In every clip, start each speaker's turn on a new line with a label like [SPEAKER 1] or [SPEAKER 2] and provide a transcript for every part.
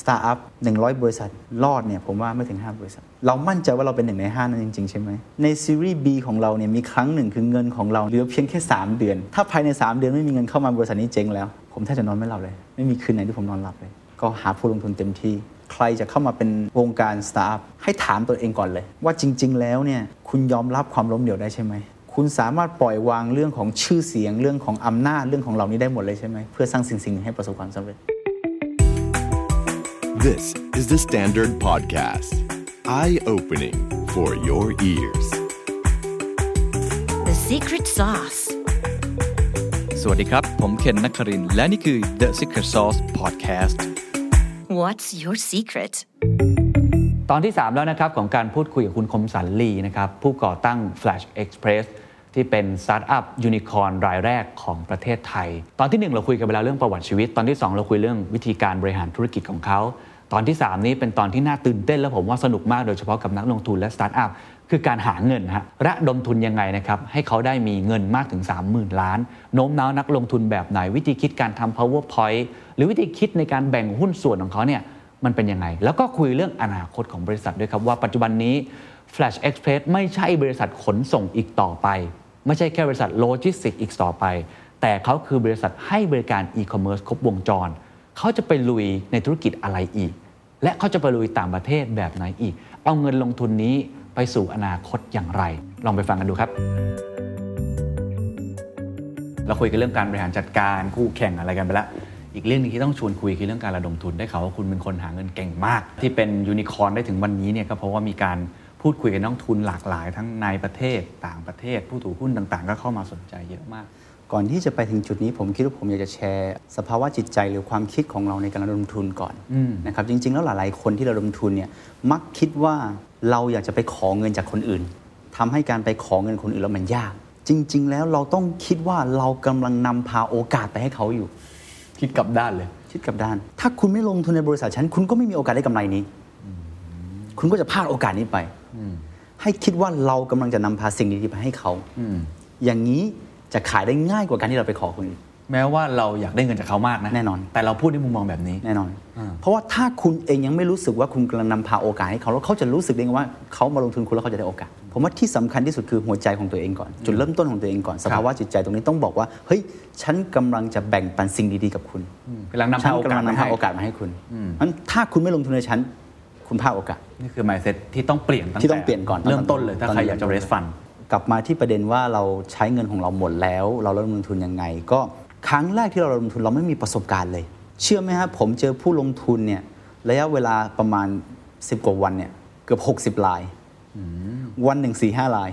[SPEAKER 1] สตาร์ทอัพ100 บริษัท รอดเนี่ยผมว่าไม่ถึง 5 บริษัท เรามั่นใจว่าเราเป็นหนึ่งใน 5 นั้นจริง ๆ ใช่ไหม ในซีรีส์ B ของเราเนี่ยมีครั้งหนึ่งคือเงินของเราเหลือเพียงแค่ 3 เดือน ถ้าภายใน 3 เดือนไม่มีเงินเข้ามาบริษัทนี้เจ๊งแล้ว ผมแทบจะนอนไม่หลับเลย ไม่มีคืนไหนที่ผมนอนหลับเลย ก็หาผู้ลงทุนเต็มที่ ใครจะเข้ามาเป็นวงการสตาร์ทอัพให้ถามตัวเองก่อนเลย ว่าจริง ๆ แล้วเนี่ยคุณยอมรับความล้มเหลวได้ใช่ไหม คุณสามารถปล่อยวางเรื่องของชื่อเสียงเรื่องของอำนาจเรื่องของเหล่านี้ได้หมดเลยใช่ไหมเพื่อสร้างสิ่งสิ่งหนึ่งให้ประสบความสำเร็จ
[SPEAKER 2] This is the Standard Podcast. Eye opening for your ears.
[SPEAKER 3] The secret sauce.
[SPEAKER 4] สวัสดีครับ ผมเคนนักครินทร์และนี่คือ The Secret Sauce Podcast
[SPEAKER 3] What's your secret?
[SPEAKER 5] ตอนที่ 3 แล้วนะครับ ของการพูดคุยกับคุณคมสันลีนะครับ ผู้ก่อตั้ง Flash Express ที่เป็นสตาร์ทอัพยูนิคอร์นรายแรกของประเทศไทย ตอนทีหนึ่1 เราคุยกันไปแล้วเรื่องประวัติชีวิต ตอนที่ 2 เราคุยเรื่องวิธีการบริหารธุรกิจของเขา ตอนที่ 3 นี้เป็นตอนที่น่าตื่นเต้นและผมว่าสนุกมากโดยเฉพาะกับนักลงทุนและสตาร์ทอัพคือการหาเงินฮะระดมทุนยังไงนะครับให้เขาได้มีเงินมากถึง 30,000 ล้านโน้มน้าวนักลงทุนแบบไหนวิธีคิดการทำ powerpoint หรือวิธีคิดในการแบ่งหุ้นส่วนของเขาเนี่ย มันเป็นยังไง แล้วก็คุยเรื่องอนาคตของบริษัทด้วยครับ ว่าปัจจุบันนี้ Flash Express ไม่ใช่บริษัทขนส่งอีกต่อไป ไม่ใช่แค่บริษัทโลจิสติกส์อีกต่อไป แต่เขาคือบริษัทให้บริการอีคอมเมิร์ซครบวงจร เขาจะไปลุยในธุรกิจอะไรอีก และเขาจะไปลุยต่างประเทศแบบไหนอีก เอาเงินลงทุนนี้ไปสู่อนาคตอย่างไร ลองไปฟังกันดูครับ เราคุยกันเรื่องการบริหารจัดการคู่แข่งอะไรกันไปแล้ว อีกเรื่องหนึงที่ต้องชวนคุยคือเรื่องการระดมทุนได้ข่าวว่าคุณเป็นคนหาเงินเก่งมาก ที่เป็นยูนิคอร์นได้ถึงวันนี้เนี่ยก็เพราะว่ามีการพูดคุยกับนักลงทุนหลากหลาย ทั้งในประเทศต่างประเทศ ผู้ถือหุ้นต่างๆ ก็เข้ามาสนใจเยอะมาก
[SPEAKER 1] ก่อนที่จะไปถึงจุดนี้ผมคิดว่าผมอยากจะแชร์ สภาวะจิตใจหรือความคิดของเราในการระดมทุนก่อน
[SPEAKER 5] อืม
[SPEAKER 1] นะครับจริง ๆ แล้วหลายๆคนที่ระดมทุนเนี่ยมักคิดว่าเราอยากจะไปขอเงินจากคนอื่นทำให้การไปขอเงินคนอื่นแล้วมันยาก จริง ๆ แล้วเราต้องคิดว่าเรากำลังนำพาโอกาสไปให้เขาอยู่
[SPEAKER 5] คิดกลับด้านเลย
[SPEAKER 1] คิดกลับด้าน ถ้าคุณไม่ลงทุนในบริษัทฉัน คุณก็ไม่มีโอกาสได้กำไรนี้ คุณก็จะพลาดโอกาสนี้ไป ให้คิดว่าเรากำลังจะนำพาสิ่งดีๆไปให้เขา
[SPEAKER 5] อืม
[SPEAKER 1] อย่างนี้จะขายได้ง่ายกว่าการที่เราไปขอคนอื่น
[SPEAKER 5] แม้ว่าเราอยากได้เงินจากเขามากนะ
[SPEAKER 1] แน่นอน
[SPEAKER 5] แต่เราพูดในมุมมองแบบนี้
[SPEAKER 1] แน่นอน
[SPEAKER 5] อ่า
[SPEAKER 1] เพราะว่าถ้าคุณเองยังไม่รู้สึกว่าคุณกำลังนำพาโอกาสให้เขา แล้วเขาจะรู้สึกเองว่าเขามาลงทุนคุณแล้วเขาจะได้โอกาส ผมว่าที่สำคัญที่สุดคือหัวใจของตัวเองก่อน จุดเริ่มต้นของตัวเองก่อน สภาวะจิตใจตรงนี้ต้องบอกว่า เฮ้ย ฉันกำลังจะแบ่งปันสิ่งดีๆกับคุณ
[SPEAKER 5] กำลังนำ
[SPEAKER 1] ฉั
[SPEAKER 5] พาน โอก
[SPEAKER 1] ำ
[SPEAKER 5] กา
[SPEAKER 1] ลั
[SPEAKER 5] ส
[SPEAKER 1] งนำ
[SPEAKER 5] ให้
[SPEAKER 1] พาโอกาสมาให้คุณงั้นถ้าคุณไม่ลงทุนในฉัน คุณพลาดโอกาส
[SPEAKER 5] นี่คือ mindset ที่ต้องเปลี่ยนตั้ง
[SPEAKER 1] ที่ต้องเปลี่ยนก่อน
[SPEAKER 5] เริ่มต้นเลยถ้าใครอยากจะ
[SPEAKER 1] เริ่ม
[SPEAKER 5] raise fund
[SPEAKER 1] กลับมาที่ประเด็นว่าเราใช้เงินของเราหมดแล้ว เราเริ่มลงทุนยังไง ก็ครั้งแรกที่เราลงทุนเราไม่มีประสบการณ์เลย เชื่อไหมครับผมเจอผู้ลงทุนเนี่ยระยะเวลาประมาณ 10 กว่าวันเนี่ยเกือบ60ลายวันหนึ่งสี่ห้าลาย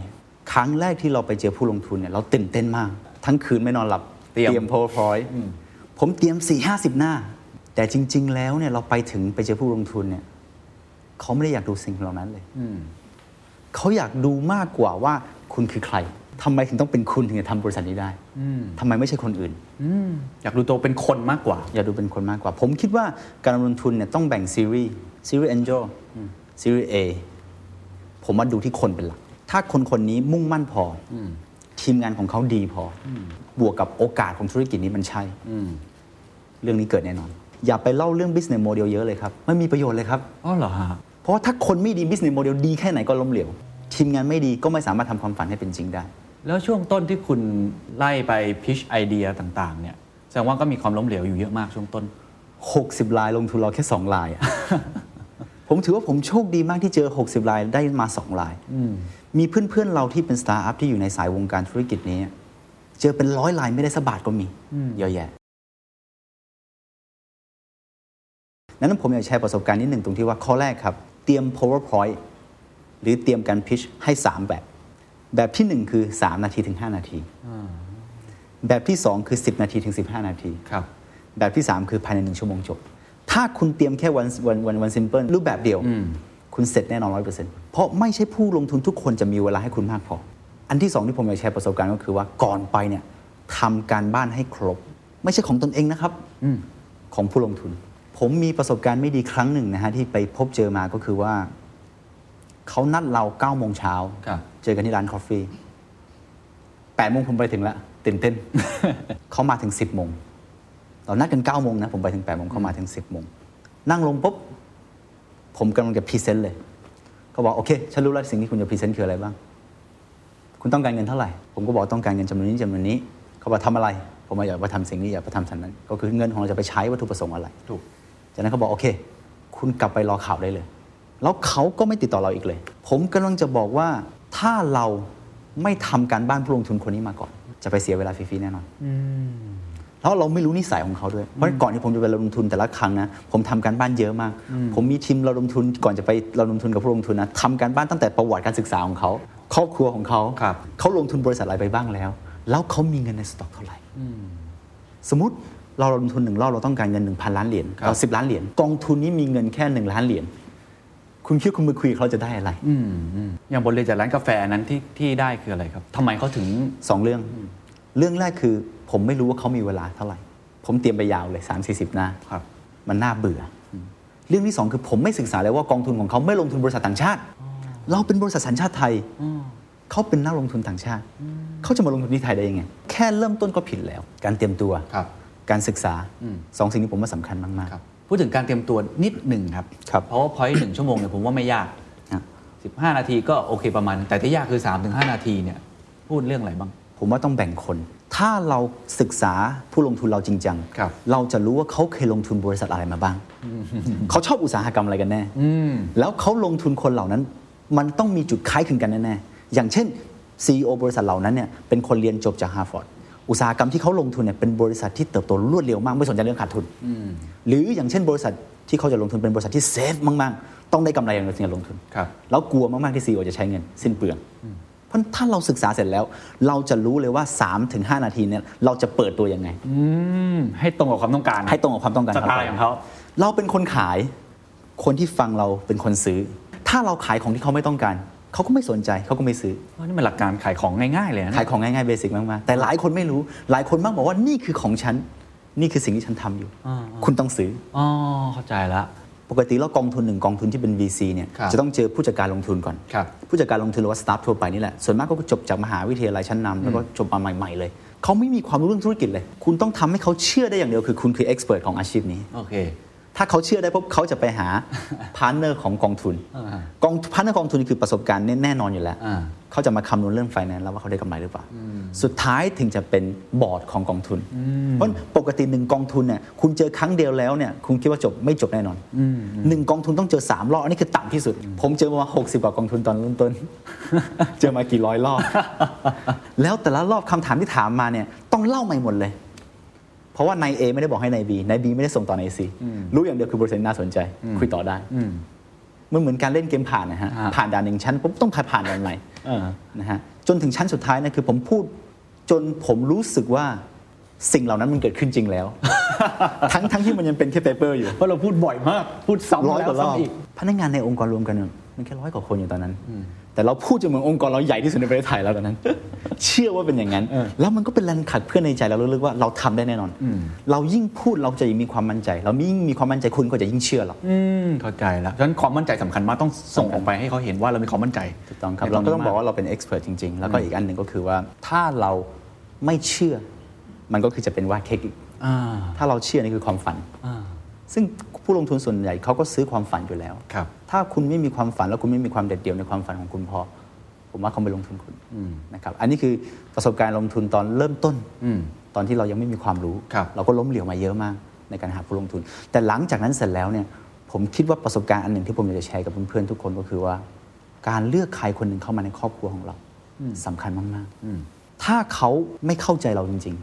[SPEAKER 1] ครั้งแรกที่เราไปเจอผู้ลงทุนเนี่ยเราตื่นเต้นมาก ทั้งคืนไม่นอนหลับ
[SPEAKER 5] เตรียม
[SPEAKER 1] PowerPoint ผมเตรียม 4 50 หน้า แต่จริง ๆ แล้วเนี่ยเราไปถึงไปเจอผู้ลงทุนเนี่ยเขาไม่ได้อยากดูสิ่งเหล่านั้นเลย
[SPEAKER 5] อืม
[SPEAKER 1] เขาอยากดูมากกว่าว่าคุณคือใคร ทำไมถึงต้องเป็นคุณถึงจะทำบริษัทนี้ได้
[SPEAKER 5] อืม
[SPEAKER 1] ทำไมไม่ใช่คนอื่น
[SPEAKER 5] อืมอยากดูตัวเป็นคนมากกว่า
[SPEAKER 1] อย่าดูเป็นคนมากกว่า ผมคิดว่าการลงทุนเนี่ยต้องแบ่งซีรีส์ ซีรีส์ Angel ซีรีส์ A ผมว่าดูที่คนเป็นหลัก ถ้าคนคนนี้มุ่งมั่นพออทีมงานของเขาดีพออบวกกับโอกาสของธุรกิจนี้มันใช่
[SPEAKER 5] อืม
[SPEAKER 1] เรื่องนี้เกิดแน่นอน อย่าไปเล่าเรื่อง business model เยอะเลยครับ ไม่มีประโยชน์เลยครับ
[SPEAKER 5] อ๋อเหรอฮะ
[SPEAKER 1] เพราะว่าถ้าคนไม่ดี business model ดีแค่ไหนก็ล้มเหลว ทีมงานไม่ดีก็ไม่สามารถทำความฝันให้เป็นจริงได้
[SPEAKER 5] แล้วช่วงต้นที่คุณไล่ไปพิชไอเดียต่าง ๆ เนี่ยแสดงว่าก็มีความล้มเหลวอยู่เยอะมากช่วงต้น
[SPEAKER 1] 60ลายลงทุนเราแค่ 2 ลายอะ ผมถือว่าผมโชคดีมากที่เจอ 60ลายได้มา 2 ลาย มีเพื่อนๆเราที่เป็นสตาร์ทอัพที่อยู่ในสายวงการธุรกิจนี้ เจอเป็นร้อยลายไม่ได้สกบาทก็มีเยอะแยะนั้นผมอยากแชร์ประสบการณ์นิดหนึ่งตรงที่ว่าข้อแรกครับ เตรียม powerpoint หรือเตรียมการ pitch ให้ 3 แบบ แบบที่ 1 คือ 3 นาทีถึง 5 นาที แบบที่ 2 คือ 10 นาทีถึง 15 นาที
[SPEAKER 5] ครับ
[SPEAKER 1] แบบที่ 3 คือภายในหนึ่งชั่วโมงจบ ถ้าคุณเตรียมแค่วันวันวันวันซิมเพิลรูปแบบเดียว คุณเสร็จแน่นอนร้อยเปอร์เซ็นต์เพราะไม่ใช่ผู้ลงทุนทุกคนจะมีเวลาให้คุณมากพอ อันที่ 2 ที่ผมอยากแชร์ประสบการณ์ก็คือว่าก่อนไปเนี่ยทำการบ้านให้ครบ ไม่ใช่ของตนเองนะครับ ของผู้ลงทุน ผมมีประสบการณ์ไม่ดีครั้งหนึ่งนะฮะที่ไปพบเจอมาก็คือว่า เขานัดเรา9ก้าโมงเช้า
[SPEAKER 5] ครับ
[SPEAKER 1] เจอกันที่ร้านกาแฟแปดโมงผมไปถึงแล้วตื่นเต้น เขามาถึง 10บโมง เรานัดกัน9ก้าโมงนะ ผมไปถึง8ปดโมงเขามาถึง 10บโมง นั่งลงปุ๊บ ผมกำลังจะพรีเซนต์เลย ก็บอกโอเค ฉันรู้แล้วสิ่งที่คุณจะพรีเซนต์คืออะไรบ้าง คุณต้องการเงินเท่าไหร่ ผมก็บอกต้องการเงินจำนวนนี้จำนวนนี้ เขาบอกทำอะไร ผมบอกอยากไปทำสิ่งนี้อยากไปทำสิ่งนั้น ก็คือเงินของเราจะไปใช้วัตถุประสงค์อะไร
[SPEAKER 5] ถูก
[SPEAKER 1] จากนั้นเขาบอกโอเค คุณกลับไปรอข่าวได้เลย แล้วเขาก็ไม่ติดต่อเราอีกเลย ผมกำลังจะบอกว่าถ้าเราไม่ทำการบ้านผู้ลงทุนคนนี้มาก่อน จะไปเสียเวลาฟรีๆแน่นอนแล้วเราไม่รู้นิสัยของเขาด้วย เพราะก่อนที่ผมจะไประดมทุนแต่ละครั้งนะ ผมทำการบ้านเยอะมาก ผมมีทีมระดมทุนก่อนจะไประดมทุนกับผู้ลงทุนนะทำการบ้านตั้งแต่ประวัติการศึกษาของเขา ครอบครัวของเขา
[SPEAKER 5] ครับ
[SPEAKER 1] เขาลงทุนบริษัทอะไรไปบ้างแล้ว แล้วเขามีเงินในสต็อกเท่าไหร่ สมมติเราลงทุนหนึ่งรอบเราต้องการเงิน 1,000 ล้านเหรียญ
[SPEAKER 5] ครับ
[SPEAKER 1] เราสิบล้านเหรียญกองทุนนี้มีเงินแค่ 1 ล้านเหรียญคุณคิดว่าคุณมาคุยกับเขาจะได้อะไร
[SPEAKER 5] อย่างบทเรียนจากร้านกาแฟนั้นที่ที่ได้คืออะไรครับทำไมเขาถึง
[SPEAKER 1] สองเรื่อง เรื่องแรกคือ ผมไม่รู้ว่าเขามีเวลาเท่าไหร่ ผมเตรียมไปยาวเลย 3 4 0 หน้า
[SPEAKER 5] ครับ
[SPEAKER 1] มันน่าเบื่ออเรื่องที่สองคือผมไม่ศึกษาเลยว่ากองทุนของเขาไม่ลงทุนบริษัทต่างชาติ เราเป็นบริษัทสัญชาติไทย เขาเป็นนักลงทุนต่างชาติ เขาจะมาลงทุนที่ไทยได้ยังไง แค่เริ่มต้นก็ผิดแล้ว การเตรียมตัว
[SPEAKER 5] ครับ
[SPEAKER 1] การศึกษา
[SPEAKER 5] อืม
[SPEAKER 1] สองสิ่งนี้ผมว่าสำคัญมาก
[SPEAKER 5] ครับพูดถึงการเตรียมตัวนิดหนึ่งครับ
[SPEAKER 1] ครับ
[SPEAKER 5] เพราะว่าพอยต์ห นึ่งชั่วโมงเนี่ยผมว่าไม่ยาก
[SPEAKER 1] ๆนะ
[SPEAKER 5] 15 นาทีก็โอเคประมาณนึงแต่ที่ยากคือ 3-5 นาทีเนี่ยพูดเรื่องอะไรบ้าง
[SPEAKER 1] ผมว่าต้องแบ่งคน ถ้าเราศึกษาผู้ลงทุนเราจริงจัง
[SPEAKER 5] ครับ
[SPEAKER 1] เราจะรู้ว่าเขาเคยลงทุนบริษัทอะไรมา บ้าง เขาชอบอุตสาหกรรมอะไรกันแน่ แล้วเขาลงทุนคนเหล่านั้น มันต้องมีจุดคล้ายคลึงกันแน่ๆ อย่างเช่น CEO บริษัทเหล่านั้นเนี่ยเป็นคนเรียนจบจากฮาร์วาร์ด อุตสาหกรรมที่เขาลงทุนเนี่ยเป็นบริษัทที่เติบโตรวดเร็วมากไม่สนใจเรื่องขาดทุน หรืออย่างเช่นบริษัทที่เขาจะลงทุนเป็นบริษัทที่เซฟมากๆ ต้องได้กำไรอย่างเดียวถึงจะลงทุน
[SPEAKER 5] ครับ
[SPEAKER 1] แล้วกลัวมาก ๆ ที่ซีอจะใช้เงิน สิ้นเปลือง เพราะถ้าเราศึกษาเสร็จแล้ว เราจะรู้เลยว่า 3-5 นาทีเนี่ยเราจะเปิดตัวยังไง
[SPEAKER 5] อืมให้ตรงกับความต้องการนะ
[SPEAKER 1] ให้ตรงกับความต้องการ
[SPEAKER 5] สไตล์ของเขา
[SPEAKER 1] เราเป็นคนขาย คนที่ฟังเราเป็นคนซื้อ ถ้าเราขายของที่เขาไม่ต้องการ เขาก็ไม่สนใจเขาก็ไม่ซื้อ
[SPEAKER 5] เพราะนี่มันหลักการขายของง่ายๆเลยนะ
[SPEAKER 1] ขายของง่าย ๆ เบสิกมาก ๆ แต่หลายคนไม่รู้ หลายคนมักบอกว่านี่คือของฉัน นี่คือสิ่งที่ฉันทำอยู่ คุณต้องซื้อ
[SPEAKER 5] อ๋อเข้าใจละ
[SPEAKER 1] ปกติแล้วกองทุนหนึ่งกองทุนที่เป็น VC เนี่ย
[SPEAKER 5] ครับ
[SPEAKER 1] จะต้องเจอผู้จัดการลงทุนก่อน
[SPEAKER 5] ครับ
[SPEAKER 1] ผู้จัดการลงทุนหรือว่าสตาฟทั่วไปนี่แหละ ส่วนมากก็จบจากมหาวิทยาลัยชั้นนำแล้วก็จบมาใหม่ ๆ เลย เขาไม่มีความรู้เรื่องธุรกิจเลย คุณต้องทำให้เขาเชื่อได้อย่างเดียวคือคุณคือเอ็กซ์เพรสของอาชีพนี้
[SPEAKER 5] โอเค
[SPEAKER 1] ถ้าเขาเชื่อได้ปุ๊บเขาจะไปหา พาร์เนอร์ของกองทุน
[SPEAKER 5] อ่าก
[SPEAKER 1] องพาร์เนอร์กองทุนคือประสบการณ์แน่นอนอยู่แล้ว
[SPEAKER 5] อ่า
[SPEAKER 1] เขาจะมาคำนวณเรื่องไฟแนนซ์แล้วว่าเขาได้กำไรหรือเปล่า สุดท้ายถึงจะเป็นบอร์ดของกองทุน เพราะปกติหนึ่งกองทุนเนี่ยคุณเจอครั้งเดียวแล้วเนี่ยคุณคิดว่าจบไม่จบแน่นอนหนึ่งกองทุนต้องเจอ 3 รอบ อันนี้คือต่ำที่สุด ผมเจอมา 60กว่ากองทุนตอนเริ่ม ต้น เจอมากี่ร้อยรอบ แล้วแต่ละรอบคำถามที่ถามมาเนี่ยต้องเล่าใหม่หมดเลย เพราะว่านาย A ไม่ได้บอกให้นาย B นาย B ไม่ได้ส่งต่อนาย C รู้อย่างเดียวคือบริษัทน่าสนใจ คุยต่อได้มันเหมือนการเล่นเกมผ่านนะฮะ
[SPEAKER 5] อ่า
[SPEAKER 1] ผ่านด่านหนึ่งชั้นปุ๊บต้องผ่านด่านใหม่
[SPEAKER 5] อ่า
[SPEAKER 1] นะฮะจนถึงชั้นสุดท้ายนะคือผมพูดจนผมรู้สึกว่าสิ่งเหล่านั้นมันเกิดขึ้นจริงแล้ว ทั้งทั้งที่มันยังเป็นแค่เปเปอร์อยู่
[SPEAKER 5] เพราะเราพูดบ่อยมาก พูดซ้ำ
[SPEAKER 1] ร้อยก
[SPEAKER 5] แล้ว
[SPEAKER 1] ว่ารอบ
[SPEAKER 5] ซ้ำอีก
[SPEAKER 1] พนักงานในองค์กรรวมกันเนี่ยมันแค่ร้อยกว่าคนอยู่ตอนนั้น แต่เราพูดจนเหมือนองค์กรเราใหญ่ที่สุดในประเทศไทยแล้วตอนนั้น เชื่อว่าเป็นอย่างนั้น
[SPEAKER 5] เออ
[SPEAKER 1] แล้วมันก็เป็นแรงขัดเพื่อนในใจเราลึกๆว่าเราทำได้แน่นอน เรายิ่งพูดเราจะยิ่งมีความมั่นใจ เรายิ่งมีความมั่นใจคุณก็จะยิ่งเชื่อเรา
[SPEAKER 5] อืมเข้าใจแล้วฉะนั้นความมั่นใจสำคัญมากต้องส่งออกไปให้เขาเห็นว่าเรามีความมั่นใจ
[SPEAKER 1] ถูกต้องครับ
[SPEAKER 5] ใน
[SPEAKER 1] เราก็ต้อง
[SPEAKER 5] นี้ม
[SPEAKER 1] บอกว่าเราเป็นเอ็กซ์เพรสจริง ๆ แล้วก็อีกอันหนึ่งก็คือว่าถ้าเราไม่เชื่อ มันก็คือจะเป็นว่าเค้กอีก
[SPEAKER 5] อ่า
[SPEAKER 1] ถ้าเราเชื่อนี่คือความฝัน
[SPEAKER 5] อ่า
[SPEAKER 1] ซึ่งผู้ลงทุนส่วนใหญ่เขาก็ซื้อความฝันอยู่แล้ว
[SPEAKER 5] ครับ
[SPEAKER 1] ถ้าคุณไม่มีความฝันแล้วคุณไม่มีความเด็ดเดี่ยวในความฝันของคุณพอ ผมว่าเขาไม่ลงทุนคุณนะครับอันนี้คือประสบการณ์ลงทุนตอนเริ่มต้น
[SPEAKER 5] อืม
[SPEAKER 1] ตอนที่เรายังไม่มีความรู้
[SPEAKER 5] ครับ
[SPEAKER 1] เราก็ล้มเหลวมาเยอะมากในการหาผู้ลงทุน แต่หลังจากนั้นเสร็จแล้วเนี่ยผมคิดว่าประสบการณ์อันหนึ่งที่ผมอยากจะแชร์กับเพื่อนๆทุกคนก็คือว่า การเลือกใครคนหนึ่งเข้ามาในครอบครัวของเราสำคัญมาก
[SPEAKER 5] อืม
[SPEAKER 1] ๆถ้าเขาไม่เข้าใจเราจริง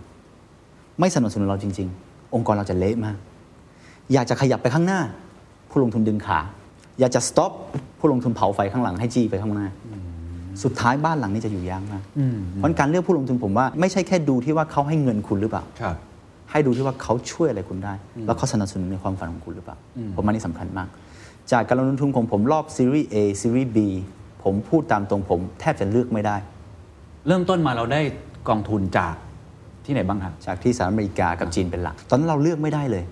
[SPEAKER 1] ๆ ไม่สนับสนุนเราจริง ๆ องค์กรเราจะเละมาก อยากจะขยับไปข้างหน้า ผู้ลงทุนดึงขา อยากจะ stop ผู้ลงทุนเผาไฟข้างหลังให้จี้ไปข้างหน้า สุดท้ายบ้านหลังนี้จะอยู่ยากมากเพราะฉะนั้นการเลือกผู้ลงทุนผมว่าไม่ใช่แค่ดูที่ว่าเขาให้เงินคุณหรือเปล่า
[SPEAKER 5] ครับ
[SPEAKER 1] ให้ดูที่ว่าเขาช่วยอะไรคุณได้ แล้วเขาสนับสนุนในความฝันของคุณหรือเปล่า ผมว่านี่สำคัญมาก จากการลงทุนของผมรอบซีรีส์ A ซีรีส์ B ผมพูดตามตรงผมแทบจะเลือกไม่ได้
[SPEAKER 5] เริ่มต้นมาเราได้กองทุนจากที่ไหนบ้างครับ
[SPEAKER 1] จากที่สหรัฐอเมริกากับจีนเป็นหลัก ตอนนั้นเราเลือกไม่ได้เลย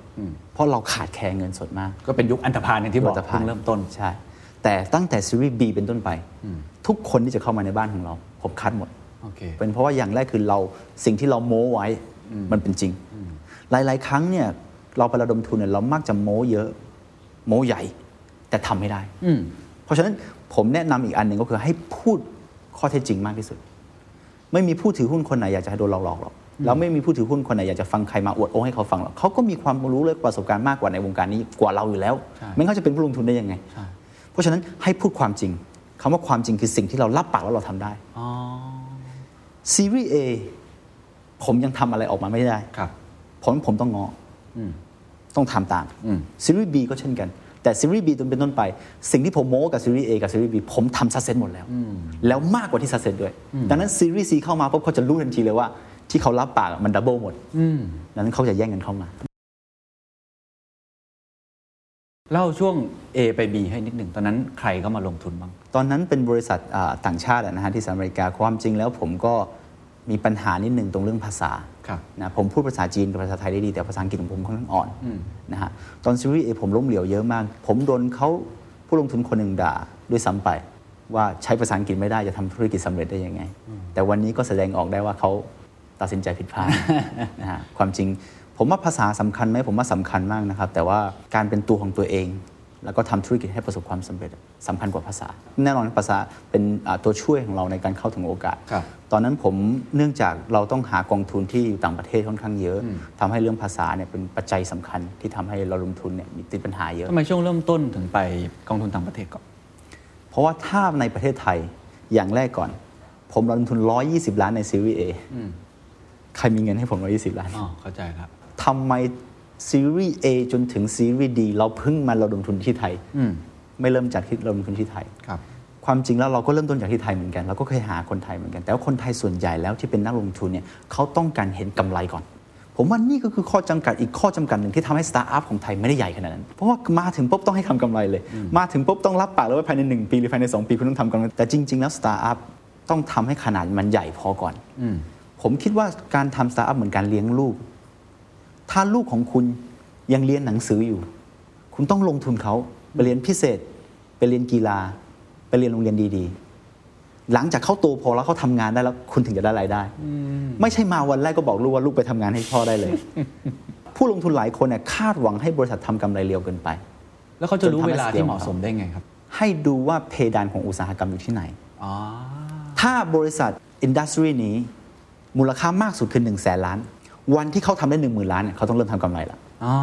[SPEAKER 1] เพราะเราขาดแคลนเงินสดมาก
[SPEAKER 5] ก็เป็นยุคอันธพาลอย่างที่บอก
[SPEAKER 1] รัฐบาล
[SPEAKER 5] เพิ่งเริ่มต้น
[SPEAKER 1] ใช่ แต่ตั้งแต่ซีรีส์ B เป็นต้นไป ทุกคนที่จะเข้ามาในบ้านของเรา ผมคัดหมด
[SPEAKER 5] โอเค
[SPEAKER 1] เป็นเพราะว่าอย่างแรกคือเราสิ่งที่เราโม้ไว้มันเป็นจริง หลาย ๆ ครั้งเนี่ยเราไประดมทุนเนี่ยเรามักจะโม้เยอะ โม้ใหญ่ แต่ทำไม่ได้
[SPEAKER 5] อืม
[SPEAKER 1] เพราะฉะนั้นผมแนะนำอีกอันหนึ่งก็คือให้พูดข้อเท็จจริงมากที่สุด ไม่มีผู้ถือหุ้นคนไหนอยากจะให้โดนหลอกๆหรอกแล้วไม่มีผู้ถือหุ้นคนไหนอยากจะฟังใครมาอวดโอ้ให้เขาฟังหรอกเขาก็มีความรู้และประสบการณ์มากกว่าในวงการนี้กว่าเราอยู่แล้ว
[SPEAKER 5] ใช่
[SPEAKER 1] ไม่งั้นเขาจะเป็นผู้ลงทุนได้ยังไง เพราะฉะนั้นให้พูดความจริงคำว่าความจริงคือสิ่งที่เรารับปากว่าเราทำได้
[SPEAKER 5] อ๋อ
[SPEAKER 1] ซีรีส์ A ผมยังทำอะไรออกมาไม่ได้
[SPEAKER 5] ครับ
[SPEAKER 1] ผมผมต้องงอ
[SPEAKER 5] อืม
[SPEAKER 1] ต้องทำตาม
[SPEAKER 5] อืม
[SPEAKER 1] ซีรีส์ B ก็เช่นกัน แต่ซีรีส์ B จนเป็นต้นไป สิ่งที่ผมโม้กับซีรีส์ A กับซีรีส์ B ผมทำซัสเซนหมดแล้ว แล้วมากกว่าที่ซัสเซนด้วย ดังนั้นซีรีส์ C เข้ามาปุ๊บเขาจะรู้ทันทีเลยว่า ที่เขารับปากอะมันดับเบิลหมด
[SPEAKER 5] อืม
[SPEAKER 1] ดังนั้นเขาจะแย่งกันเข้ามา
[SPEAKER 5] เล่าช่วง A ไป B ให้นิดหนึ่ง ตอนนั้นใครเข้ามาลงทุนบ้าง
[SPEAKER 1] ตอนนั้นเป็นบริษัทอ่าต่างชาติอะนะฮะที่สหรัฐอเมริกาความจริงแล้วผมก็มีปัญหานิดหนึ่งตรงเรื่องภาษา
[SPEAKER 5] ครับ
[SPEAKER 1] นะผมพูดภาษาจีนกับภาษาไทยได้ดี แต่ภาษาอังกฤษของผมค่อนข้างอ่อน
[SPEAKER 5] อืม
[SPEAKER 1] นะฮะตอนซีรีส์เอผมล้มเหลวเยอะมาก ผมโดนเขาผู้ลงทุนคนหนึ่งด่าด้วยซ้ำไป ว่าใช้ภาษาอังกฤษไม่ได้จะทำธุรกิจสำเร็จได้ยังไง แต่วันนี้ก็แสดงออกได้ว่าเขาตัดสินใจผิดพลาด นะฮะความจริง ผมว่าภาษาสำคัญไหมผมว่าสำคัญมากนะครับ แต่ว่าการเป็นตัวของตัวเอง แล้วก็ทำธุรกิจให้ประสบความสำเร็จสำคัญกว่าภาษา แน่นอนภาษาเป็นอ่าตัวช่วยของเราในการเข้าถึงโอกาส
[SPEAKER 5] ครับ
[SPEAKER 1] ตอนนั้นผมเนื่องจากเราต้องหากองทุนที่อยู่ต่างประเทศค่อนข้างเยอะทำให้เรื่องภาษาเนี่ยเป็นปัจจัยสำคัญที่ทำให้เราลงทุนเนี่ยมีติดปัญหาเยอะ
[SPEAKER 5] ทำไมช่วงเริ่มต้นถึงไปกองทุนต่างประเทศก่อน
[SPEAKER 1] เพราะว่าถ้าในประเทศไทยอย่างแรกก่อน ผมลงทุน 120 ล้านในซีรีส์ A
[SPEAKER 5] อืม
[SPEAKER 1] ใครมีเงินให้ผม 120 ล้าน
[SPEAKER 5] อ๋อ เข้าใจครับ
[SPEAKER 1] ทำไมซีรีส์ A จนถึงซีรีส์ D เราเพิ่งมาระดมทุนที่ไทย
[SPEAKER 5] อืม
[SPEAKER 1] ไม่เริ่มจากที่ระดมทุนที่ไทย
[SPEAKER 5] ครับ
[SPEAKER 1] ความจริงแล้วเราก็เริ่มต้นจากที่ไทยเหมือนกันเราก็เคยหาคนไทยเหมือนกัน แต่ว่าคนไทยส่วนใหญ่แล้วที่เป็นนักลงทุนเนี่ยเขาต้องการเห็นกำไรก่อน ผมว่านี่ก็คือข้อจำกัดอีกข้อจำกัดหนึ่งที่ทำให้สตาร์ทอัพของไทยไม่ได้ใหญ่ขนาดนั้น เพราะว่ามาถึงปุ๊บต้องให้ทำกำไรเลย มาถึงปุ๊บต้องรับปากแล้วว่าภายใน 1 ปีหรือภายใน 2 ปีคุณต้องทำกำไรแต่จริง ๆ แล้วสตาร์ทอัพต้องทำให้ขนาดมันใหญ่พอก่อน
[SPEAKER 5] อืม
[SPEAKER 1] ผมคิดว่าการทำสตาร์ทอัพเหมือนการเลี้ยงลูก ถ้าลูกของคุณยังเรียนหนังสืออยู่ คุณต้องลงทุนเขาไปเรียนพิเศษ ไปเรียนกีฬา ไปเรียนโรงเรียนดีๆ หลังจากเขาโตพอแล้วเขาทำงานได้แล้วคุณถึงจะได้รายได้ ไม่ใช่มาวันแรกก็บอกลูกว่าลูกไปทำงานให้พ่อได้เลย ผู้ลงทุนหลายคนเนี่ยคาดหวังให้บริษัททำกำไรเร็วเกินไป
[SPEAKER 5] แล้วเขาจะรู้เวลาที่เหมาะ
[SPEAKER 1] จนทำให้
[SPEAKER 5] สมได้ไงครับ
[SPEAKER 1] ให้ดูว่าเพดานของอุตสาหกรรมอยู่ที่ไหน
[SPEAKER 5] อ๋อ
[SPEAKER 1] ถ้าบริษัทอินดัสทรีนี้ มูลค่ามากสุดคือ1นึ่งแสนล้าน วันที่เขาทำได้ 1 0,000 ล้านเนี่ยเขาต้องเริ่มทำกำไรละ
[SPEAKER 5] อ๋อ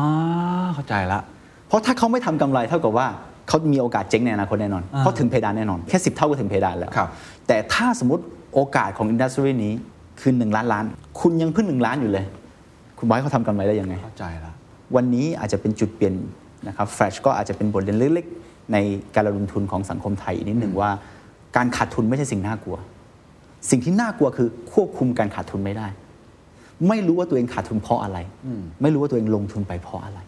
[SPEAKER 5] เข้าใจละ
[SPEAKER 1] เพราะถ้าเขาไม่ทำกำไรเท่ากับว่าเขามีโอกาสเจ๊งในอนาคตแน่นอน
[SPEAKER 5] อ่า
[SPEAKER 1] เขาถึงเพดานแน่นอน แค่ 10 เท่าก็ถึงเพดานแล้ว
[SPEAKER 5] ครับ
[SPEAKER 1] แต่ถ้าสมมติโอกาสของอินดัสทรีนี้คือ 1 ล้านล้าน คุณยังเพิ่งหนึ่งล้านอยู่เลย คุณบอกให้เขาทำกำไรได้ยังไง
[SPEAKER 5] เข้าใจละ
[SPEAKER 1] วันนี้อาจจะเป็นจุดเปลี่ยนนะครับแฟลชก็อาจจะเป็นบทเรียนเล็กๆ ในการระดมทุนของสังคมไทยอีกนิดหนึ่งว่า การขาดทุนไม่ใช่สิ่งน่ากลัว สิ่งที่น่ากลัวคือควบคุมการขาดทุนไม่ได้ ไม่รู้ว่าตัวเองขาดทุนเพราะอะไร ไม่รู้ว่าตัวเองลงทุนไปเพราะอะไร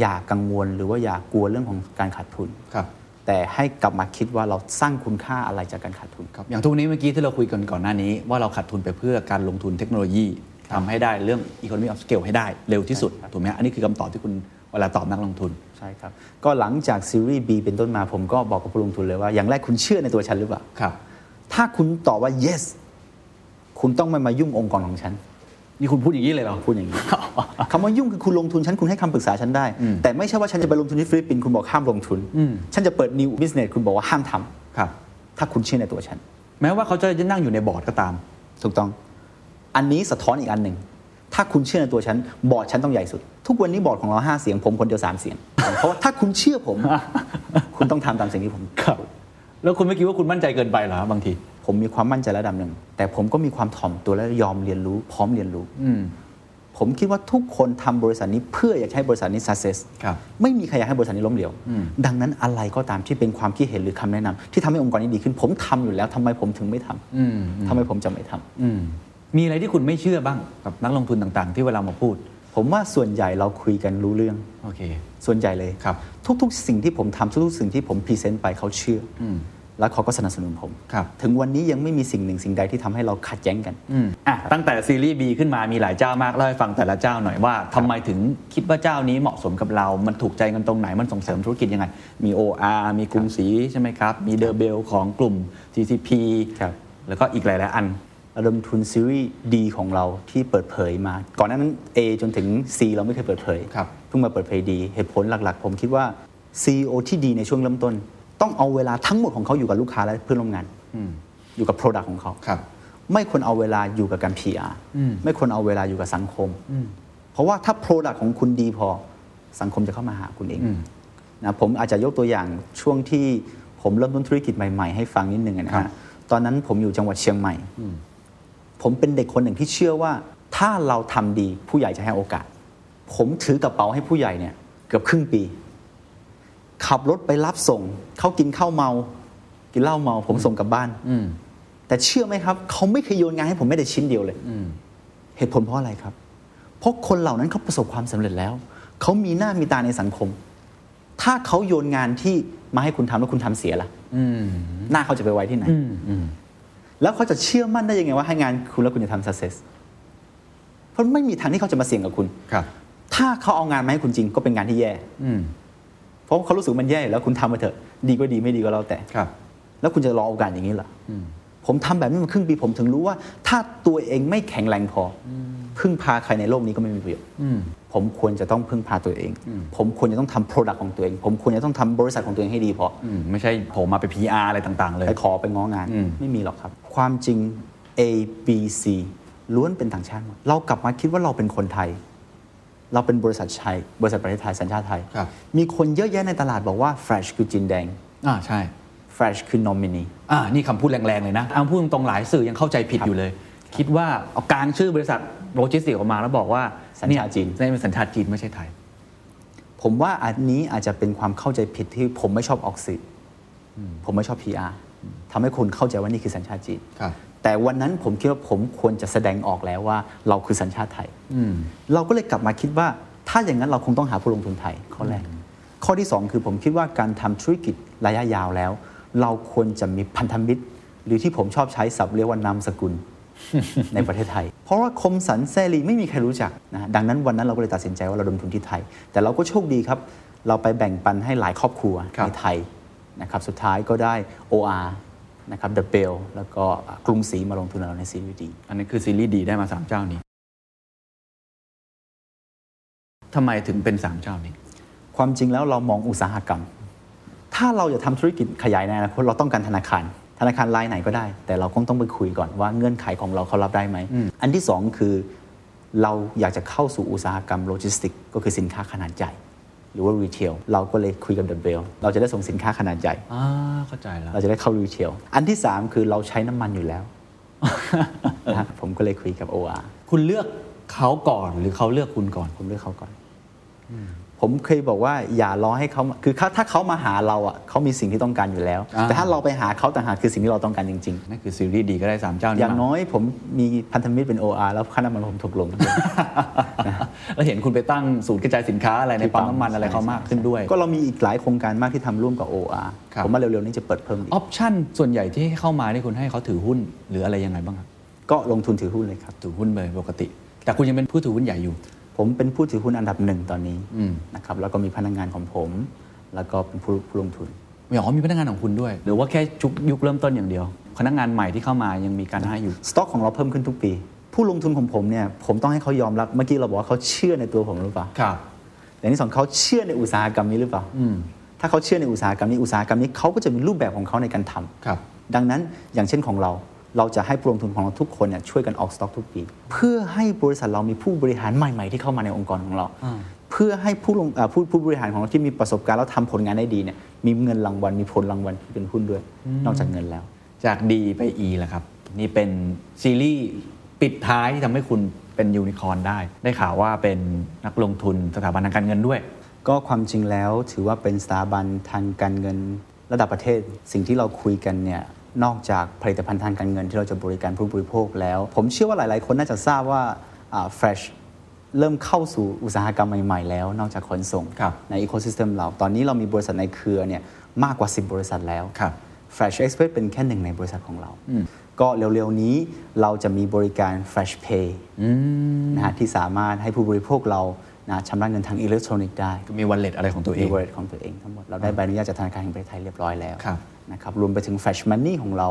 [SPEAKER 1] อย่ากังวลหรือว่าอย่ากลัวเรื่องของการขาดทุน
[SPEAKER 5] ครับ
[SPEAKER 1] แต่ให้กลับมาคิดว่าเราสร้างคุณค่าอะไรจากการขาดทุน
[SPEAKER 5] ครับอย่างทุกวันนี้เมื่อกี้ที่เราคุยกันก่อนหน้านี้ ว่าเราขาดทุนไปเพื่อการลงทุนเทคโนโลยีทำให้ได้เรื่อง economy of scale ให้ได้เร็วที่สุด
[SPEAKER 1] ใช่ครับ
[SPEAKER 5] ถูกไหมฮะอันนี้คือคำตอบที่คุณเวลาตอบนักลงทุน
[SPEAKER 1] ใช่ครับ ก็หลังจากซีรีส์ B เป็นต้นมาผมก็บอกกับผู้ลงทุนเลยว่าอย่างแรกคุณเชื่อในตัวฉันหรือเปล่า
[SPEAKER 5] ครับ
[SPEAKER 1] ถ้าคุณตอบว่า yes คุณต้องไม่มายุ่งองค์กรของฉัน
[SPEAKER 5] นี่คุณพูดอย่างนี้เลยเหรอ
[SPEAKER 1] พูดอย่าง นี้ คำว่ายุ่งคือคุณลงทุนฉันคุณให้คำปรึกษาฉันได้
[SPEAKER 5] อืม
[SPEAKER 1] แต่ไม่ใช่ว่าฉันจะไปลงทุนที่ฟิลิปปินส์คุณบอกห้ามลงทุน
[SPEAKER 5] อืม
[SPEAKER 1] ฉันจะเปิด new business คุณบอกว่าห้ามทำ
[SPEAKER 5] ครับ
[SPEAKER 1] ถ้าคุณเชื่อในตัวฉัน
[SPEAKER 5] แม้ว่าเขาจะนั่งอยู่ในบอร์ดก็ตาม
[SPEAKER 1] ถูกต้อง อันนี้สะท้อนอีกอันหนึ่ง ถ้าคุณเชื่อในตัวฉัน บอร์ดฉันต้องใหญ่สุด ทุกวันนี้บอร์ดของเราห้าเสียงผมคนเดียวสามเสียง เพราะว่าถ้าคุณเชื่อ ผม คุณต้องทำตามสิ่งที่ผม
[SPEAKER 5] ครับ แล้วคุณไม่คิดว่าคุณมั่นใจเกินไปเหรอฮะบางที
[SPEAKER 1] ผมมีความมั่นใจระดับหนึ่ง แต่ผมก็มีความถ่อมตัวและยอมเรียนรู้ พร้อมเรียนรู้
[SPEAKER 5] อืม
[SPEAKER 1] ผมคิดว่าทุกคนทำบริษัทนี้เพื่ออยากให้บริษัทนี้ success
[SPEAKER 5] ครับ
[SPEAKER 1] ไม่มีใครอยากให้บริษัทนี้ล้มเหลว ดังนั้นอะไรก็ตามที่เป็นความคิดเห็นหรือคำแนะนำที่ทำให้องค์กรนี้ดีขึ้น ผมทำอยู่แล้วทำไมผมถึงไม่ทำ
[SPEAKER 5] อืมอืม
[SPEAKER 1] ทำไมผมจะไม่ทำ
[SPEAKER 5] อืม มีอะไรที่คุณไม่เชื่อบ้างกับนักลงทุนต่างๆ ที่เวลามาพูด
[SPEAKER 1] ผมว่าส่วนใหญ่เราคุยกันรู้เรื่อง
[SPEAKER 5] โอเค
[SPEAKER 1] ส่วนใหญ่เลย
[SPEAKER 5] ครับ
[SPEAKER 1] ทุกๆ สิ่งที่ผมทำทุกๆ สิ่งที่ผมพรีเซนต์ไปเขาเชื่ออ
[SPEAKER 5] อืม
[SPEAKER 1] แล้วเขาก็สนับสนุนผม
[SPEAKER 5] ครับ
[SPEAKER 1] ถึงวันนี้ยังไม่มีสิ่งหนึ่งสิ่งใดที่ทำให้เราขัดแย้งกัน
[SPEAKER 5] อืมอ่ะตั้งแต่ซีรีส์ B ขึ้นมามีหลายเจ้ามากเล่าให้ฟังแต่ละเจ้าหน่อยว่าทำไมถึงคิดว่าเจ้านี้เหมาะสมกับเรา มันถูกใจกันตรงไหน มันส่งเสริมธุรกิจยังไง มี OR มีกรุงศรีใช่ไหมครับ มีเดอร์เบลของกลุ่ม TCP
[SPEAKER 1] ครับ
[SPEAKER 5] แล้วก็อีกหลาย ๆ อัน
[SPEAKER 1] ระดมทุนซีรีส์ดีของเราที่เปิดเผยมา ก่อนหน้านั้น A จนถึง C เราไม่เคยเปิดเผย
[SPEAKER 5] ครับ
[SPEAKER 1] เพิ่งมาเปิดเผยดี เหตุผลหลักๆ ผมคิดว่า CEO ที่ดีในช่วงเริ่มต้น ต้องเอาเวลาทั้งหมดของเขาอยู่กับลูกค้าและเพื่อนร่วมงานอยู่กับ Product ของเขา
[SPEAKER 5] ครับ
[SPEAKER 1] ไม่ควรเอาเวลาอยู่กับการ PR ไม่ควรเอาเวลาอยู่กับสังคม เพราะว่าถ้า Product ของคุณดีพอสังคมจะเข้ามาหาคุณเองนะผมอาจจะยกตัวอย่างช่วงที่ผมเริ่มต้นธุรกิจใหม่ ๆ ให้ฟังนิดนึงนะ
[SPEAKER 5] ครั
[SPEAKER 1] ฮะ
[SPEAKER 5] บ
[SPEAKER 1] ตอนนั้นผมอยู่จังหวัดเชียงใหม่ ผมเป็นเด็กคนหนึ่งที่เชื่อว่า ถ้าเราทำดีผู้ใหญ่จะให้โอกาส ผมถือกระเป๋าให้ผู้ใหญ่เนี่ยเกือบครึ่งปี ขับรถไปรับส่ง เขากินข้าวเมา กินเหล้าเมา ผมส่งกลับบ้าน
[SPEAKER 5] อืม
[SPEAKER 1] แต่เชื่อไหมครับ เขาไม่เคยโยนงานให้ผมไม่ได้ชิ้นเดียวเลย เหตุผลเพราะอะไรครับ เพราะคนเหล่านั้นเขาประสบความสำเร็จแล้ว เขามีหน้ามีตาในสังคม ถ้าเขาโยนงานที่มาให้คุณทำแล้วคุณทำเสียละ
[SPEAKER 5] อืม
[SPEAKER 1] หน้าเขาจะไปไว้ที่ไหน
[SPEAKER 5] อืมอืม
[SPEAKER 1] แล้วเขาจะเชื่อมั่นได้ยังไงว่าให้งานคุณแล้วคุณจะทำ success เพราะไม่มีทางที่เขาจะมาเสี่ยงกับคุณ
[SPEAKER 5] ครับ
[SPEAKER 1] ถ้าเขาเอางานมาให้คุณจริงก็เป็นงานที่แย่
[SPEAKER 5] อืม
[SPEAKER 1] เพราะเขารู้สึกมันแย่อยู่แล้วคุณทำมาเถอะ ดีก็ดีไม่ดีก็แล้วแต่
[SPEAKER 5] ครับ
[SPEAKER 1] แล้วคุณจะรอโอกาสอย่างนี้เหรออผมทำแบบนี้มาครึ่งปีผมถึงรู้ว่า ถ้าตัวเองไม่แข็งแรงพออพึ่งพาใครในโลกนี้ก็ไม่มีประโยชน์
[SPEAKER 5] อืม
[SPEAKER 1] ผมควรจะต้องพึ่งพาตัวเอง ผมควรจะต้องทำโปรดักต์ของตัวเอง ผมควรจะต้องทำบริษัทของตัวเองให้ดีพอ
[SPEAKER 5] อืมไม่ใช่ผมมาไป PR อะไรต่างๆ เลย
[SPEAKER 1] ไปขอไปง้องาน
[SPEAKER 5] อืม
[SPEAKER 1] ไม่มีหรอกครับ ความจริง A B C ล้วนเป็นต่างชาติหมดเรากลับมาคิดว่าเราเป็นคนไทย เราเป็นบริษัทไทยบริษัทประเทศไทยสัญชาติไทย
[SPEAKER 5] ครับ
[SPEAKER 1] มีคนเยอะแยะในตลาดบอกว่าแฟลชคือจินแดง
[SPEAKER 5] อ่าใช่
[SPEAKER 1] แฟลชคือนอมินี
[SPEAKER 5] อ่านี่คำพูดแรง ๆ เลยนะเอาพูดตรงๆหลายสื่อยังเข้าใจผิดอยู่เลย คิดว่าเอากลางชื่อบริษัทโลจิสติกออกมาแล้วบอกว่า
[SPEAKER 1] สัญชาติจีน
[SPEAKER 5] เยเป็นสัญชาติจีนไม่ใช่ไทย
[SPEAKER 1] ผมว่าอันนี้อาจจะเป็นความเข้าใจผิดที่ผมไม่ชอบออกสื่ออผมไม่ชอบ PR ทำให้คนเข้าใจว่านี่คือสัญชาติจีน
[SPEAKER 5] ครับ
[SPEAKER 1] แต่วันนั้นผมคิดว่าผมควรจะแสดงออกแล้วว่าเราคือสัญชาติไทย
[SPEAKER 5] อืม
[SPEAKER 1] เราก็เลยกลับมาคิดว่า ถ้าอย่างนั้นเราคงต้องหาผู้ลงทุนไทยข้อแรก ข้อที่ 2 คือผมคิดว่าการทำธุรกิจระยะยาวแล้ว เราควรจะมีพันธมิตร หรือที่ผมชอบใช้ศัพท์เรียกว่านามสกุล ในประเทศไทย เพราะว่าคมสันแซลีไม่มีใครรู้จักนะฮะดังนั้นวันนั้นเราก็เลยตัดสินใจว่าเราดมทุนที่ไทย แต่เราก็โชคดีครับ เราไปแบ่งปันให้หลายครอบครัว
[SPEAKER 5] ครับ
[SPEAKER 1] ในไทยนะครับสุดท้ายก็ได้ OR นะครับ The Bell แล้วก็กรุงศรีมาลงทุนกับเราใน CVD
[SPEAKER 5] อันนี้คือซีรีส์ดีได้มา 3 เจ้านี้ทำไมถึงเป็น 3 เจ้านี้
[SPEAKER 1] ความจริงแล้วเรามองอุตสาหกรรม ถ้าเราอยากทำธุรกิจขยายในอนาคตเราต้องการธนาคาร ธนาคารรายไหนก็ได้ แต่เราคงต้องไปคุยก่อนว่าเงื่อนไขของเราเขารับได้ไหม อันที่สองคือเราอยากจะเข้าสู่อุตสาหกรรมโลจิสติกส์ก็คือสินค้าขนาดใหญ่หรือว่ารีเทลเราก็เลยคุยกับเดอะเบลเราจะได้ส่งสินค้าขนาดใหญ่
[SPEAKER 5] อ่า เข้าใจแล้ว
[SPEAKER 1] เราจะได้เข้ารีเทลอันที่สามคือเราใช้น้ำมันอยู่แล้ว นะฮะผมก็เลยคุยกับ OR
[SPEAKER 5] คุณเลือกเขาก่อนหรือเขาเลือกคุณก่อน
[SPEAKER 1] ผมเลือกเขาก่อน ผมเคยบอกว่าอย่ารอให้เขามาคือเขาถ้าเขามาหาเราอ่ะเขามีสิ่งที่ต้องการอยู่แล้ว
[SPEAKER 5] อ่า
[SPEAKER 1] แต่ถ้าเราไปหาเขาต่างหากคือสิ่งที่เราต้องการจริง
[SPEAKER 5] นั่นคือซีรีส์ดีก็ได้ 3 เจ้า
[SPEAKER 1] ๆ
[SPEAKER 5] นี้
[SPEAKER 1] อย่าง
[SPEAKER 5] ม
[SPEAKER 1] น้อยผมมีพันธมิตรเป็น OR แล้วค่าน้ำมันผมถูกลง
[SPEAKER 5] แล้วเห็นคุณไปตั้งศูนย์กระจายสินค้าอะไรในปั๊มน้ำมันอะไรเขามากขึ้นด้วย
[SPEAKER 1] ก็เรามีอีกหลายโครงการมากที่ทำร่วมกับ OR
[SPEAKER 5] ครับ
[SPEAKER 1] ผมว่าเร็ว ๆ นี้จะเปิดเพิ่มอีก
[SPEAKER 5] ออปชั่นส่วนใหญ่ที่ให้เข้ามานี่คุณให้เขาถือหุ้น หรืออะไรยังไงบ้างครับ
[SPEAKER 1] ก็ลงทุนถือหุ้นเลยครับ
[SPEAKER 5] ถือหุ้นเลยปกติ แต่คุณยังเป็นผู้ถือหุ้นใหญ่อยู่
[SPEAKER 1] ผมเป็นผู้ถือหุ้นอันดับหนึ่งตอนนี้
[SPEAKER 5] อืม
[SPEAKER 1] นะครับแล้วก็มีพนักงานของผม แล้วก็เป็นผู้ผู้ลงทุน
[SPEAKER 5] ไม่อ๋อมีพนักงานของคุณด้วย หรือว่าแค่ชุกยุคเริ่มต้นอย่างเดียวพนักงานใหม่ที่เข้ามายังมีการให้อยู่
[SPEAKER 1] สต็อกของเราเพิ่มขึ้นทุกปี ผู้ลงทุนของผมเนี่ยผมต้องให้เขายอมรับเมื่อกี้เราบอกว่าเขาเชื่อในตัวผมหรือเปล่า
[SPEAKER 5] ครับ
[SPEAKER 1] อย่างที่สองเขาเชื่อในอุตสาหกรรมนี้หรือเปล่าถ้าเขาเชื่อในอุตสาหกรรมนี้อุตสาหกรรมนี้เขาก็จะมีรูปแบบของเขาในการทำ
[SPEAKER 5] ครับ
[SPEAKER 1] ดังนั้นอย่างเช่นของเรา เราจะให้ผู้ลงทุนของเราทุกคนเนี่ยช่วยกันออกสต็อกทุกปี เพื่อให้บริษัทเรามีผู้บริหารใหม่ ๆ ที่เข้ามาในองค์กรของเรา เพื่อให้ผู้ลงเอ่อผู้ผู้บริหารของเราที่มีประสบการณ์แล้วทำผลงานได้ดีเนี่ยมีเงินรางวัลมีผลรางวัลเป็นหุ้นด้วย นอกจากเงินแล้ว
[SPEAKER 5] จากดีไป E แล้วครับ นี่เป็นซีรีส์ปิดท้ายที่ทำให้คุณเป็นยูนิคอร์นได้ ได้ข่าวว่าเป็นนักลงทุนสถาบันทางการเงินด้วย
[SPEAKER 1] ก็ความจริงแล้วถือว่าเป็นสถาบันทางการเงินระดับประเทศ สิ่งที่เราคุยกันเนี่ยนอกจากผลิตภัณฑ์ทางการเงินที่เราจะบริการผู้บริโภคแล้ว ผมเชื่อว่าหลาย ๆ คนน่าจะทราบว่าแฟชเริ่มเข้าสู่อุตสาหกรรมใหม่ ๆ แล้ว นอกจากขนส่ง
[SPEAKER 5] ครับ
[SPEAKER 1] ในอีโคซิสเต็มเราตอนนี้เรามีบริษัทในเครือเนี่ยมากกว่า 10 บริษัทแล้ว
[SPEAKER 5] ครับ
[SPEAKER 1] Fresh Express เป็นแค่หนึ่งในบริษัทของเรา ก็เร็ว ๆ นี้เราจะมีบริการ Fresh Pay นะฮะที่สามารถให้ผู้บริโภคเรานะชำระเงินทางอิเล็กทรอนิกส์ได้
[SPEAKER 5] ก็มีวันเลทอะไรของตัวเอ
[SPEAKER 1] มี
[SPEAKER 5] ง
[SPEAKER 1] วอลเล็ตของตัวเองทั้งหมด เราได้ใบอนุญาตจากธนาคารแห่งประเทศไทยเรียบร้อยแล้ว
[SPEAKER 5] ครับ
[SPEAKER 1] นะครับรวมไปถึง Fresh Money ของเรา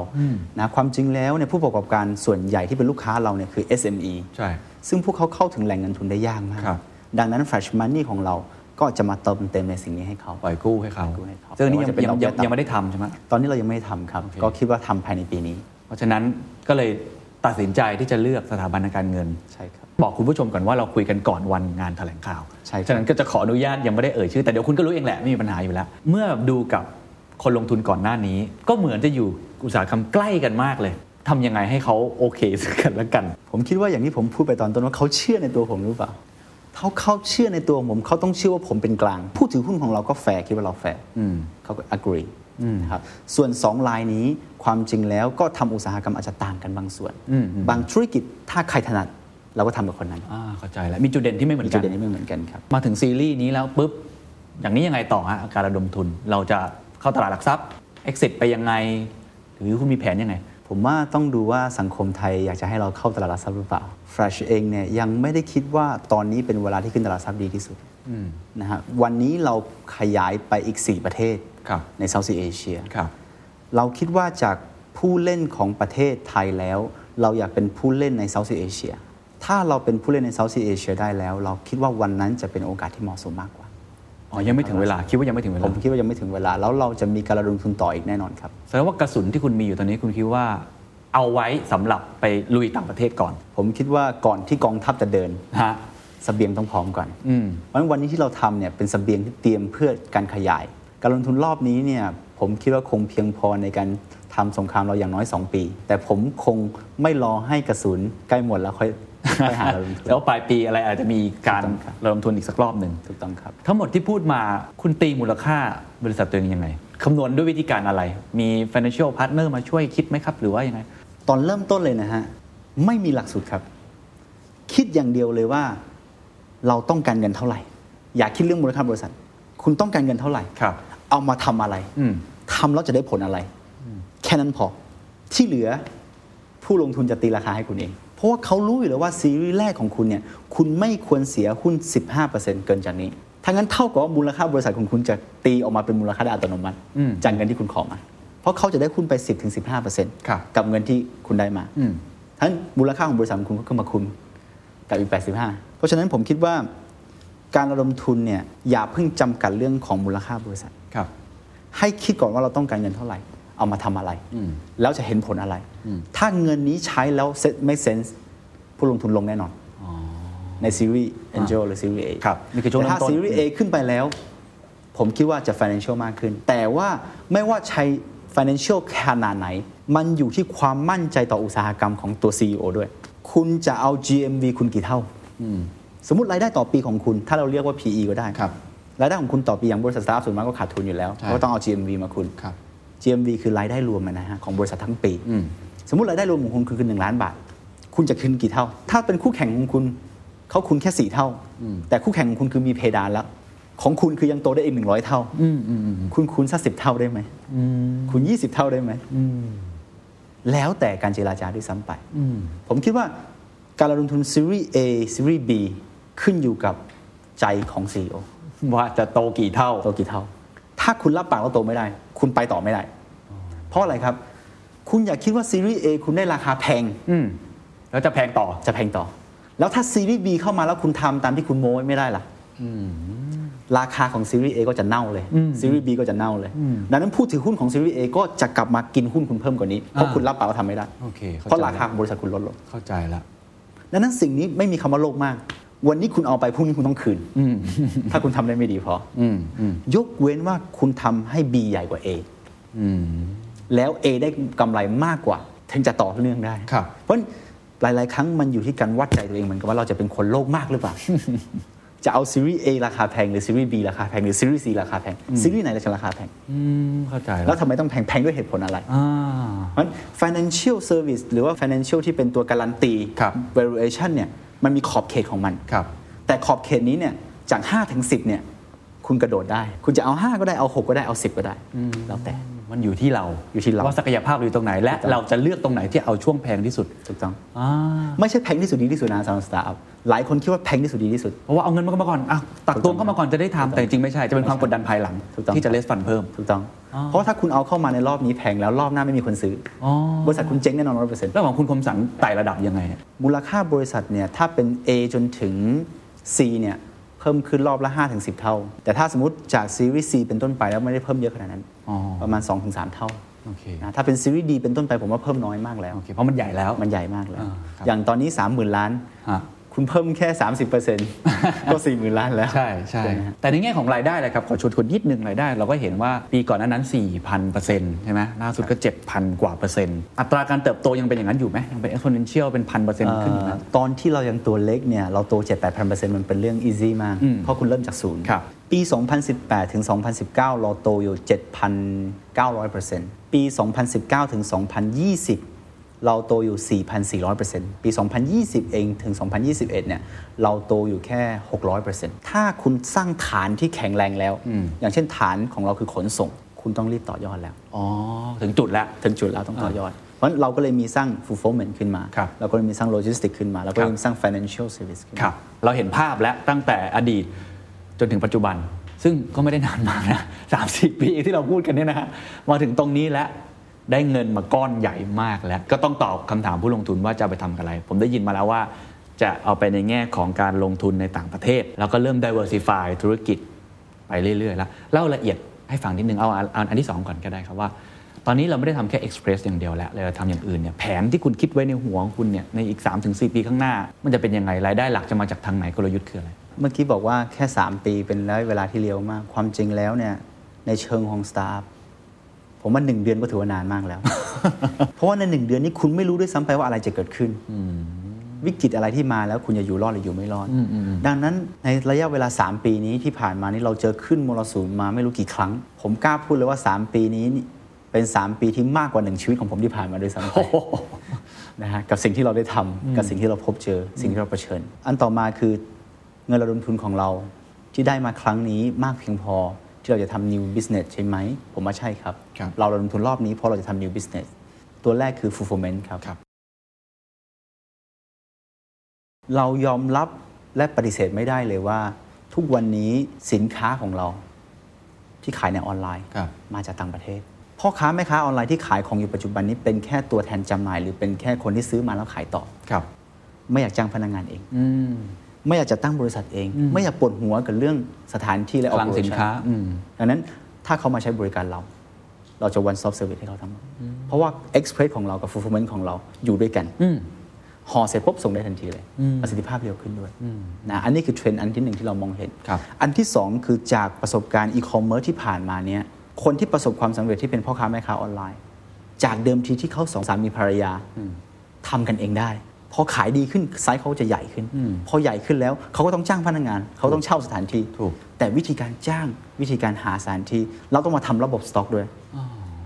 [SPEAKER 1] นะความจริงแล้วเนี่ยผู้ประกอบการส่วนใหญ่ที่เป็นลูกค้าเราเนี่ยคือ SME
[SPEAKER 5] ใช่
[SPEAKER 1] ซึ่งพวกเขาเข้าถึงแหล่งเงินทุนได้ยากมาก
[SPEAKER 5] ครับ
[SPEAKER 1] ดังนั้น Fresh Money ของเรา ก็จะมาเติมเต็มในสิ่งนี้ให้เขา
[SPEAKER 5] ปล่อยกู้ให้
[SPEAKER 1] ป
[SPEAKER 5] เขา
[SPEAKER 1] ล่อยกู้ให้เขา
[SPEAKER 5] ซึ่งอันนี้
[SPEAKER 1] แต่ว่า
[SPEAKER 5] ยัง
[SPEAKER 1] จะเป็น
[SPEAKER 5] ยัง
[SPEAKER 1] ดอกเบี้ย
[SPEAKER 5] ยัง
[SPEAKER 1] ต่ำ
[SPEAKER 5] ยังไม่ได้ทำใช่ไหม
[SPEAKER 1] ตอนนี้เรายังไม่ได้ทำครับ
[SPEAKER 5] โอเค
[SPEAKER 1] ก็คิดว่าทำภายในปีนี้
[SPEAKER 5] เพราะฉะนั้นก็เลยตัดสินใจที่จะเลือกสถาบันทางการเงิน
[SPEAKER 1] ใช่ครับ
[SPEAKER 5] บอกคุณผู้ชมก่อนว่าเราคุยกันก่อนวันงานแถลงข่าว
[SPEAKER 1] ใช่ครับ
[SPEAKER 5] ฉะนั้นก็จะขออนุญาตยังไม่ได้เอ่ยชื่อ แต่เดี๋ยวคุณก็รู้เองแหละ ไม่มีปัญหาอยู่แล้ว เมื่อดูกับคนลงทุนก่อนหน้านี้ ก็เหมือนจะอยู่อุตสาหกรรมใกล้กันมากเลยทำยังไงให้เขาโอเคซึ่งกันและกัน
[SPEAKER 1] ผมคิดว่าอย่างที่ผมพูดไปตอนต้นว่าเขาเชื่อในตัวผมหรือเปล่าเขาเขาเชื่อในตัวผมเขาต้องเชื่อว่าผมเป็นกลาง ผู้ถือหุ้นของเราก็แฟร์คิดว่าเราแฟร์
[SPEAKER 5] อืม
[SPEAKER 1] เขาก็ agree ครับส่วนสองลายนี้ความจริงแล้วก็ทำอุตสาหกรรมอาจจะต่างกันบางส่วน บางธุรกิจถ้าใครถนัดเราก็ทำกับคนนั้น
[SPEAKER 5] อ่าเข้าใจแล้วมีจุดเด่นที่ไม่เหมือน
[SPEAKER 1] จุ
[SPEAKER 5] กั
[SPEAKER 1] ด
[SPEAKER 5] น
[SPEAKER 1] เด่นนี้ไม่เหมือนกันครับ
[SPEAKER 5] มาถึงซีรีส์นี้แล้วปุ๊บ อย่างนี้ยังไงต่อฮะการระดมทุน เราจะเข้าตลาดหลักทรัพย์ exit ไปยังไง หรือคุณมีแผนยังไง
[SPEAKER 1] ผมว่าต้องดูว่าสังคมไทยอยากจะให้เราเข้าตลาดหลักทรัพย์หรือเปล่า f r e s h เองเนี่ยยังไม่ได้คิดว่าตอนนี้เป็นเวลาที่ขึ้นตลาดหลักทรัพย์ดีที่สุดนะฮะวันนี้เราขยายไปอีก 4 ประเทศ
[SPEAKER 5] ครับ
[SPEAKER 1] ในเซาท์อีเอเชีย
[SPEAKER 5] ครับ
[SPEAKER 1] เราคิดว่าจากผู้เล่นของประเทศไทยแล้ว เราอยากเป็นผู้เล่นในเซาท์อีเอเชียถ้าเราเป็นผู้เล่นในเซาท์อีเอเชียได้แล้ว เราคิดว่าวันนั้นจะเป็นโอกาสที่เหมาะสมมากกว่า
[SPEAKER 5] อ๋อ ยังไม่ถึงเวลา คิดว่ายังไม่ถึงเว
[SPEAKER 1] ผ
[SPEAKER 5] ลา
[SPEAKER 1] มคิดว่ายังไม่ถึงเวลาแล้วเราจะมีการระดมทุนต่ออีกแน่นอนครับ
[SPEAKER 5] แสดงว่ากระสุนที่คุณมีอยู่ตอนนี้คุณคิดว่าเอาไว้สำหรับไปลุยต่างประเทศก่อน
[SPEAKER 1] ผมคิดว่าก่อนที่กองทัพจะเดิน
[SPEAKER 5] นะฮะ
[SPEAKER 1] เสบียงต้องพร้อมก่อน
[SPEAKER 5] อืม
[SPEAKER 1] เพราะฉะนั้นวันนี้ที่เราทำเนี่ยเป็นเสบียงที่เตรียมเพื่อการขยาย การลงทุนรอบนี้เนี่ยผมคิดว่าคงเพียงพอในการทำสงครามเราอย่างน้อย 2 ปี แต่ผมคงไม่รอให้กระสุนใกล้หมดแล้วค่อยค่อยหาการลงทุน
[SPEAKER 5] แล้วปลายปีอะไรอาจจะมีการ
[SPEAKER 1] ถูกต้องครับ
[SPEAKER 5] ระดมทุนอีกสักรอบหนึ่ง
[SPEAKER 1] ถูกต้องครับ
[SPEAKER 5] ทั้งหมดที่พูดมาคุณตีมูลค่าบริษัทตัวเองยังไงคำนวณด้วยวิธีการอะไร มี financial partner มาช่วยคิดไหมครับ หรือว่ายังไง
[SPEAKER 1] ตอนเริ่มต้นเลยนะฮะ ไม่มีหลักสูตรครับ คิดอย่างเดียวเลยว่า เราต้องการเงินเท่าไหร่ อย่าคิดเรื่องมูลค่าบริษัท คุณต้องการเงินเท่าไหร่
[SPEAKER 5] ครับ
[SPEAKER 1] เอามาทำอะไร
[SPEAKER 5] อืม
[SPEAKER 1] ทำแล้วจะได้ผลอะไร แค่นั้นพอ ที่เหลือผู้ลงทุนจะตีราคาให้คุณเอง เพราะว่าเขารู้อยู่แล้วว่าซีรีส์แรกของคุณเนี่ย คุณไม่ควรเสียหุ้น 15%เกินจากนี้ถ้างั้นเท่ากับว่ามูลค่าบริษัทของคุณจะตีออกมาเป็นมูลค่าได้อัตโนมัติ จากเงินที่คุณขอมา เพราะเขาจะได้หุ้นไป 10-15%
[SPEAKER 5] ครับ
[SPEAKER 1] กับเงินที่คุณได้มา
[SPEAKER 5] อืม
[SPEAKER 1] ทั้นมูลค่าของบริษัทของคุณก็ขึ้นมาคุณกับอีก 85 เพราะฉะนั้นผมคิดว่าการระดมทุนเนี่ยอย่าเพิ่งจำกัดเรื่องของมูลค่าบริษัท
[SPEAKER 5] ครับ
[SPEAKER 1] ให้คิดก่อนว่าเราต้องการเงินเท่าไหร่ เอามาทำอะไร แล้วจะเห็นผลอะไร ถ้าเงินนี้ใช้แล้วไม่เซนส์ผู้ลงทุนลงแน่นอน ในซีรีส์ Angel หรือซีรีส์ A
[SPEAKER 5] ครับนี่คือช่วงเริ่
[SPEAKER 1] แต่
[SPEAKER 5] ม
[SPEAKER 1] ถ้า
[SPEAKER 5] ต้น
[SPEAKER 1] ซีรีส์ A ขึ้นไปแล้ว ผมคิดว่าจะ Financial มากขึ้น แต่ว่าไม่ว่าใช้ Financial ขนาดไหน มันอยู่ที่ความมั่นใจต่ออุตสาหกรรมของตัว CEO ด้วย คุณจะเอา GMV คุณกี่เท่า สมมติรายได้ต่อปีของคุณ ถ้าเราเรียกว่า PE ก็ได้
[SPEAKER 5] ครับ
[SPEAKER 1] รายได้ของคุณต่อปีอย่างบริษัทสตาร์ทส่วนมากก็ขาดทุนอยู่แล้ว
[SPEAKER 5] ใช่
[SPEAKER 1] เพราะต้องเอา GMV มาคุณ
[SPEAKER 5] ครับ
[SPEAKER 1] GMV คือรายได้รวมอะนะฮะของบริษัททั้งปี
[SPEAKER 5] อืม
[SPEAKER 1] สมมติรายได้รวมของคุณคือหนึ่งล้านบาท คุณจะคืนกี่เท่า ถ้าเป็นคู่แข่งของคุณเขาคุณแค่สี่เท่า แต่คู่แข่งของคุณคือมีเพดานแล้ว ของคุณคือยังโตได้อีกหนึ่งร้อยเท่า คุณคูณสักสิบเท่าได้ไหมคุณยี่สิบเท่าได้ไหมแล้วแต่การเจราจาด้วยซ้ำไปผมคิดว่าการลงทุนซีรีส์ A ซีรีส์ B ขึ้นอยู่กับใจของ CEO
[SPEAKER 5] ว่าจะโตกี่เท่า
[SPEAKER 1] โตกี่เท่า ถ้าคุณรับปากว่าโตไม่ได้ คุณไปต่อไม่ได้ เพราะอะไรครับ คุณอย่าคิดว่าซีรีส์ A คุณได้ราคาแพง
[SPEAKER 5] อืมแล้วจะแพงต่อ
[SPEAKER 1] จะแพงต่อ แล้วถ้าซีรีส์ B เข้ามาแล้วคุณทำตามที่คุณโม้ไว้ไม่ได้ล่ะราคาของซีรีส์ A ก็จะเน่าเลย ซีรีส์ B ก็จะเน่าเลย ดังนั้นผู้ถือหุ้นของซีรีส์ A ก็จะกลับมากินหุ้นคุณเพิ่มกว่านี้ เพราะ
[SPEAKER 5] อ่า
[SPEAKER 1] คุณรับปากว่าทำไม่ได้
[SPEAKER 5] โอเคเข้าใจ
[SPEAKER 1] เพราะราคาของบริษัทคุณลดลง
[SPEAKER 5] เข้าใจละ
[SPEAKER 1] ดังนั้นสิ่งนี้ไม่มีคำว่าโลภมาก วันนี้คุณเอาไปพรุ่งนี้คุณต้องคืน ถ้าคุณทำได้ไม่ดีพออยกเว้นว่าคุณทำให้ B ใหญ่กว่า A แล้ว A ได้กำไรมากกว่า ถึงจะต่อเนื่องได้
[SPEAKER 5] ครับ
[SPEAKER 1] เพราะหลาย ๆ ครั้งมันอยู่ที่การวัดใจตัวเองเหมือนกับว่าเราจะเป็นคนโลภมากหรือเปล่า จะเอาซีรีส์ A ราคาแพงหรือซีรีส์ B ราคาแพงหรือซีรีส์ C ราคาแพงซีรีส์ไหนราคาราคาแพง
[SPEAKER 5] อืมเข้าใจ
[SPEAKER 1] แล้
[SPEAKER 5] แล้ว ว
[SPEAKER 1] ทำไมต้องแพงแพงด้วยเหตุผลอะไร
[SPEAKER 5] อ่า
[SPEAKER 1] เพราะฉะนั้น financial service หรือว่า financial ที่เป็นตัวการันตี
[SPEAKER 5] ครับ
[SPEAKER 1] valuation เนี่ยมันมีขอบเขตของมัน
[SPEAKER 5] ครับ
[SPEAKER 1] แต่ขอบเขตนี้เนี่ยจาก5ถึง10เนี่ยคุณกระโดดได้ คุณจะเอา 5 ก็ได้เอา 6 ก็ได้เอา 10 ก็ได้ แล้วแต่
[SPEAKER 5] มันอยู่ที่เรา
[SPEAKER 1] อยู่ที่เรา
[SPEAKER 5] ว่าศักยภาพเราอยู่ตรงไหน และ
[SPEAKER 1] ถูกต้อง
[SPEAKER 5] เราจะเลือกตรงไหนที่เอาช่วงแพงที่สุด
[SPEAKER 1] ถูกต้อง
[SPEAKER 5] อ่า
[SPEAKER 1] ไม่ใช่แพงที่สุดดีที่สุดนะสำหรับสตาร์ทอัพหลายคนคิดว่าแพงที่สุดดีที่สุด
[SPEAKER 5] เพราะว่าเอาเงินมาก่อนอ่ะตักตวงเข้ามาก่อนจะได้ทำแต่จริงๆไม่ใช่จะเป็นความกดดันภายหลัง
[SPEAKER 1] ถูกต้อง
[SPEAKER 5] ที่จะเลสฟันเพิ่ม
[SPEAKER 1] ถูกต้อง เพราะถ้าคุณเอาเข้ามาในรอบนี้แพงแล้วรอบหน้าไม่มีคนซื้ออ
[SPEAKER 5] อ
[SPEAKER 1] บริษัทคุณเจ๊งแน่นอนร้อยเปอร์เซ็นต์
[SPEAKER 5] แล้วของคุณคมสันไต่ระดับยังไง
[SPEAKER 1] มูลค่าบริษัทเนี่ยถ้าเป็น A จนถึง C เนี่ย เพิ่มขึ้นรอบละ 5-10 เท่า แต่ถ้าสมมติจากซีรีส์ C เป็นต้นไปแล้วไม่ได้เพิ่มเยอะขนาดนั้น
[SPEAKER 5] อ๋อ
[SPEAKER 1] ประมาณ 2-3 เท่า
[SPEAKER 5] โอเค
[SPEAKER 1] นะถ้าเป็นซีรีส์ D เป็นต้นไปผมว่าเพิ่มน้อยมากแล้ว
[SPEAKER 5] โอเคเพราะมันใหญ่แล้ว
[SPEAKER 1] มันใหญ่มากแล้ว
[SPEAKER 5] อ่าครับ
[SPEAKER 1] อย่างตอนนี้ 30,000 ล้าน
[SPEAKER 5] ฮะ
[SPEAKER 1] คุณเพิ่มแค่ 30%ก็ 40,000 ล้านแล้ว
[SPEAKER 5] ใช่ใช่
[SPEAKER 1] ไหมฮะ
[SPEAKER 5] แต่ในแง่ของรายได้แหละครับขอชวนคุณนิดนึงรายได้ เราก็เห็นว่าปีก่อนหนานั้น 4,000เปอร์เซ็นต์ใช่ไหมล่าสุดก็ 7,000 กว่าเปอร์เซ็นต์อัตราการเติบโตยังเป็นอย่างนั้นอยู่ไหมยังเป็น exponential เป็นพันเปอร์เซ็นต์ขึ้นอยู่ไหม
[SPEAKER 1] เอ่อตอนที่เรายังตัวเล็กเนี่ยเราโต 7 8 0 0 มันเป็นเรื่อง easy มาก
[SPEAKER 5] อืม
[SPEAKER 1] เพราะคุณเริ่มจากศูนย์
[SPEAKER 5] ครับ
[SPEAKER 1] ปี 2018 ถึง 2019 เราโตอยู่ 7,900 ปี 2019 ถึง 2020 เราโตอยู่ 4,400 ปี 2020 เองถึง 2021 เนี่ยเราโตอยู่แค่ 600 ถ้าคุณสร้างฐานที่แข็งแรงแล้ว
[SPEAKER 5] อืม
[SPEAKER 1] อย่างเช่นฐานของเราคือขนส่ง คุณต้องรีบต่อยอดแล้ว
[SPEAKER 5] อ๋อถึงจุดแล้ว
[SPEAKER 1] ถึงจุดแล้วต้องต่อยอด เพราะฉะนั้นเราก็เลยมีสร้าง fulfillment ขึ้นมา
[SPEAKER 5] ครับ
[SPEAKER 1] เราก็เลยมีสร้าง logistics ขึ้นมา แล้วก็
[SPEAKER 5] ครั
[SPEAKER 1] เล
[SPEAKER 5] บ
[SPEAKER 1] ยมีสร้าง financial service ขึ้นมา
[SPEAKER 5] ครับเราเห็นภาพแล้วตั้งแต่อดีตจนถึงปัจจุบัน ซึ่งก็ไม่ได้นานมากนะ สามสี่ปีที่เราพูดกันเนี่ยนะฮะมาถึงตรงนี้แล้วได้เงินมาก้อนใหญ่มากแล้ว ก็ต้องตอบคำถามผู้ลงทุนว่าจะเอาไปทำกับอะไร ผมได้ยินมาแล้วว่า จะเอาไปในแง่ของการลงทุนในต่างประเทศ แล้วก็เริ่ม diversify ธุรกิจไปเรื่อยๆแล้วเล่าละเอียดให้ฟังนิดนึงเอาเอาอันที่สองก่อนก็ได้ครับว่า ตอนนี้เราไม่ได้ทำแค่ Express อย่างเดียวแล้ว เราจะทำอย่างอื่นเนี่ยแผนที่คุณคิดไว้ในหัวของคุณเนี่ยในอีก 3-4 ปีข้างหน้า มันจะเป็นยังไง รายได้หลักจะมาจากทางไหนกลยุทธ์คืออะไร
[SPEAKER 1] เมื่อกี้บอกว่าแค่ 3 ปีเป็นระยะเวลาที่เร็วมาก ความจริงแล้วเนี่ยในเชิงของสตาร์ทผมว่าหนึ่งเดือนก็ถือว่านานมากแล้ว เพราะว่าในหนึ่งเดือนนี้คุณไม่รู้ด้วยซ้ำไปว่าอะไรจะเกิดขึ้น วิกฤตอะไรที่มาแล้วคุณจะอยู่รอดหรืออยู่ไม่รอด ดังนั้นในระยะเวลา 3 ปีนี้ที่ผ่านมานี้เราเจอขึ้นมรสุมมาไม่รู้กี่ครั้ง ผมกล้าพูดเลยว่า 3 ปีนี้นี่เป็นสามปีที่มากกว่าหนึ่งชีวิตของผมที่ผ่านมาด้วยซ้ำไป นะฮะกับสิ่งที่เราได้ทำกับสิ่งที่เราพบเจอสิ่งที่เราเผชิญ อันต่อมาคือเงินระดมทุนของเราที่ได้มาครั้งนี้มากเพียงพอที่เราจะทำ new business ใช่ไหม ผมว่าใช่ครับ
[SPEAKER 5] ครับ
[SPEAKER 1] เราระดมทุนรอบนี้เพราะเราจะทำ new business ตัวแรกคือ fulfillment ครับ
[SPEAKER 5] ครับ
[SPEAKER 1] เรายอมรับและปฏิเสธไม่ได้เลยว่า ทุกวันนี้สินค้าของเราที่ขายในออนไลน์
[SPEAKER 5] ครับ
[SPEAKER 1] มาจากต่างประเทศพ่อค้าแม่ค้าออนไลน์ที่ขายของอยู่ปัจจุบันนี้เป็นแค่ตัวแทนจำหน่าย หรือเป็นแค่คนที่ซื้อมาแล้วขายต่อ
[SPEAKER 5] ครับ
[SPEAKER 1] ไม่อยากจ้างพนักงานเอง
[SPEAKER 5] อืม
[SPEAKER 1] ไม่อยากจะตั้งบริษัทเอง ไม่อยากปวดหัวกับเรื่องสถานที่และ
[SPEAKER 5] คลัง
[SPEAKER 1] operation
[SPEAKER 5] สินค้าอืม
[SPEAKER 1] ดังนั้นถ้าเขามาใช้บริการเรา เราจะ one stop service ให้เขาทั้งหมดเพราะว่า express ของเรากับ fulfillment ของเราอยู่ด้วยกันห่อเสร็จปุ๊บส่งได้ทันทีเลยประสิทธิภาพเร็วขึ้นด้วยนะอันนี้คือเทรนด์อันที่หนึ่งที่เรามองเห็น
[SPEAKER 5] ครับ
[SPEAKER 1] อันที่สองคือจากประสบการณ์อีคอมเมิร์ซที่ผ่านมาเนี่ยคนที่ประสบความสำเร็จที่เป็นพ่อค้าแม่ค้าออนไลน์ จากเดิมทีที่เขาสองสามีภรรยาทำกันเองได้ พอขายดีขึ้นไซส์เขาจะใหญ่ขึ้น พอใหญ่ขึ้นแล้วเขาก็ต้องจ้างพนักงาน เขาต้องเช่าสถานที่
[SPEAKER 5] ถูก
[SPEAKER 1] แต่วิธีการจ้างวิธีการหาสถานที่ เราต้องมาทำระบบสต็อกด้วย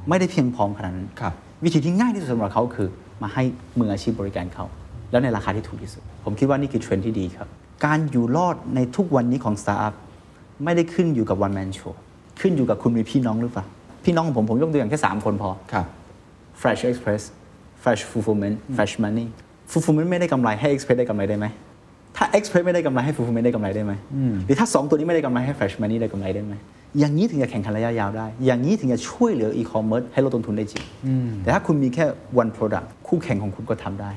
[SPEAKER 1] ไม่ได้เพียงพอขนาดนั้น
[SPEAKER 5] ครับ
[SPEAKER 1] วิธีที่ง่ายที่สุดสำหรับเขาคือ มาให้มืออาชีพบริการเขา แล้วในราคาที่ถูกที่สุด ผมคิดว่านี่คือเทรนด์ที่ดีครับ การอยู่รอดในทุกวันนี้ของสตาร์ทอัพไม่ได้ขึ้นอยู่กับวันแมนโชขึ้นอยู่กับคุณมีพี่น้องหรือเปล่า พี่น้องของผม ผมยกตัวอย่างแค่ 3 คนพอ
[SPEAKER 5] ครับ
[SPEAKER 1] Fresh Express Fresh Fulfillment Fresh Money Fulfillment ไม่ได้กำไรให้ Express ได้กำไรได้ไหม ถ้า Express ไม่ได้กำไรให้ Fulfillment ได้กำไรได้ไหม หรือถ้า 2 ตัวนี้ไม่ได้กำไรให้ Fresh Money ได้กำไรได้ไหม อย่างนี้ถึงจะแข่งขันระยะยาวได้ อย่างนี้ถึงจะช่วยเหลือ e-commerce ให้ลดต้นทุนได้จริง แต่ถ้าคุณมีแค่ one product คู่แข่งของคุณก็ทำได้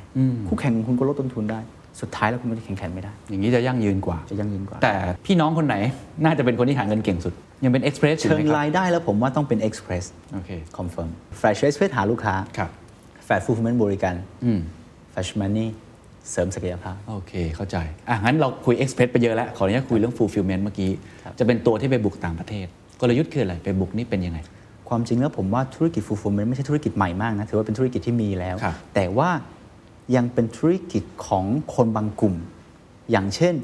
[SPEAKER 1] คู่แข่งของคุณก็ลดต้นทุนได้ สุดท้ายแล้วคุณก็จะแข่งขันไม่ได้
[SPEAKER 5] อย่างนี้จะยั่งยืนกว่า
[SPEAKER 1] จะยั่งยืนกว่า
[SPEAKER 5] แต่พี่น้องคนไหนน่าจะเป็นคนที่หาเงินเก่งสุด ยังเป็น Express อยู่
[SPEAKER 1] เชิ
[SPEAKER 5] ไหม
[SPEAKER 1] ง
[SPEAKER 5] ครั
[SPEAKER 1] รา
[SPEAKER 5] บ
[SPEAKER 1] ยได้แล้วผมว่าต้องเป็น Express
[SPEAKER 5] โอเค
[SPEAKER 1] confirm Fresh Express หาลูกค้า
[SPEAKER 5] ครับ
[SPEAKER 1] Fresh Fulfillment บริการ
[SPEAKER 5] อืม
[SPEAKER 1] Fresh Money เสริมศักยภาพ
[SPEAKER 5] โอเค เข้าใจ อ่ะ งั้นเราคุย Express ไปเยอะแล้ว ขออนุญาตคุยเรื่อง Fulfillment เมื่อกี้ จะเป็นตัวที่ไปบุกต่างประเทศ กลยุทธ์คืออะไร ไปบุกนี่เป็นยังไง
[SPEAKER 1] ความจริงแล้วผมว่าธุรกิจ fulfillment ไม่ใช่ธุรกิจใหม่มากนะ ถือว่าเป็นธุรกิจที่มีแล้ว
[SPEAKER 5] ครับ
[SPEAKER 1] แต่ว่ายังเป็นธุรกิจของคนบางกลุ่ม อย่างเช่น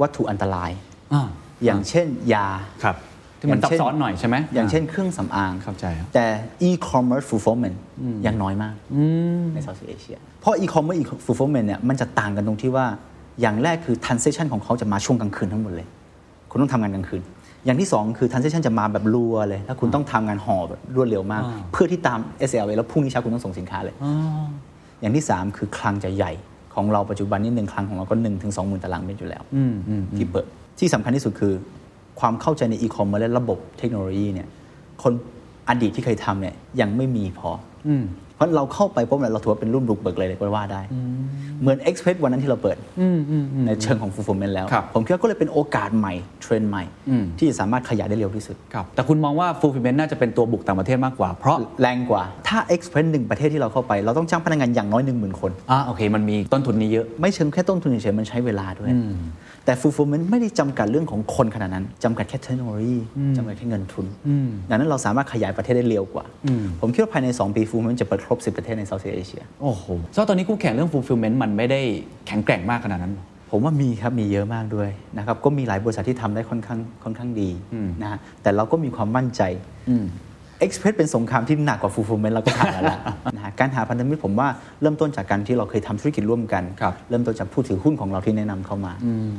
[SPEAKER 1] วัตถุอันตราย
[SPEAKER 5] อ่า
[SPEAKER 1] อย่างเช่น ยา
[SPEAKER 5] ครับที่มัน
[SPEAKER 1] ย่างเช่
[SPEAKER 5] ซับซ้อนหน่อยใช่ไหม
[SPEAKER 1] อย่างเช่นเครื่องสำอาง
[SPEAKER 5] เข้าใจครับ
[SPEAKER 1] แต่ e-commerce fulfillment ยังน้อยมากใน South East Asia เพราะ e-commerce fulfillment เนี่ยมันจะต่างกันตรงที่ว่าอย่างแรกคือ transaction ของเขาจะมาช่วงกลางคืนทั้งหมดเลย คุณต้องทำงานกลางคืน อย่างที่สองคือ transaction จะมาแบบรัวเลย แล้วคุณต้องทำงานห่อแบบรวดเร็วมาก เพื่อที่ตาม SLA แล้วพรุ่งนี้เช้าคุณต้องส่งสินค้าเลย อย่างที่ 3 คือคลังจะใหญ่ของเราปัจจุบันนี่หนึ่งคลังของเราก็1นึ่งถึงสองหมื่นตารางเมตรอยู่แล้วที่เปิดที่สำคัญที่สุดคือ ความเข้าใจในอีคอมเมิร์ซและระบบเทคโนโลยีเนี่ยคนอดีตที่เคยทำเนี่ยยังไม่มีพอ
[SPEAKER 5] อืม
[SPEAKER 1] เพราะเราเข้าไปปุ๊บเนี่ยเราถือว่าเป็นรุ่นบุกเบิกเลยก็ว่าได้ เหมือน Express วันนั้นที่เราเปิดในเชิงของ fulfillment แล้ว
[SPEAKER 5] ครับ
[SPEAKER 1] ผมคิดว่าก็เลยเป็นโอกาสใหม่เทรนด์ใหม่
[SPEAKER 5] อืม
[SPEAKER 1] ที่สามารถขยายได้เร็วที่สุด
[SPEAKER 5] ครับแต่คุณมองว่า fulfillment น่าจะเป็นตัวบุกต่างประเทศมากกว่า เพราะ
[SPEAKER 1] แรงกว่าถ้า Express หนึ่งประเทศที่เราเข้าไป เราต้องจ้างพนักงานอย่างน้อย 1 0,000 คน
[SPEAKER 5] อ่าโอเค มันมีต้นทุนนี้เยอะ
[SPEAKER 1] ไม่เชิงแค่ต้นทุนเฉยๆมันใช้เวลาด้วย แต่ fulfillment ไม่ได้จำกัดเรื่องของคนขนาดนั้นจำกัดแค่เทคโนโลยีจำกัดแค่เงินทุนดังนั้นเราสามารถขยายประเทศได้เร็วกว่า ผมคิดว่าภายใน 2 ปี fulfillment จะเปิดครบ 10 ประเทศใน Southeast Asia
[SPEAKER 5] โอ้โหซึ่งตอนนี้คู่แข่งเรื่อง fulfillment มันไม่ได้แข็งแกร่งมากขนาดนั้น
[SPEAKER 1] ผมว่ามีครับ มีเยอะมากด้วยนะครับ ก็มีหลายบริษัทที่ทำได้ค่อนข้างค่อนข้างดีนะฮะแต่เราก็มีความมั่นใจ Express เป็นสงครามที่หนักกว่า Fulfillment เราก็ผ่านมา แล้ว นะฮะการหาพันธมิตรผมว่าเริ่มต้นจากการที่เราเคยทำธุรกิจร่วมกัน
[SPEAKER 5] ครับ
[SPEAKER 1] เริ่มต้นจากผู้ถือหุ้นของเราที่แนะนำเข้ามา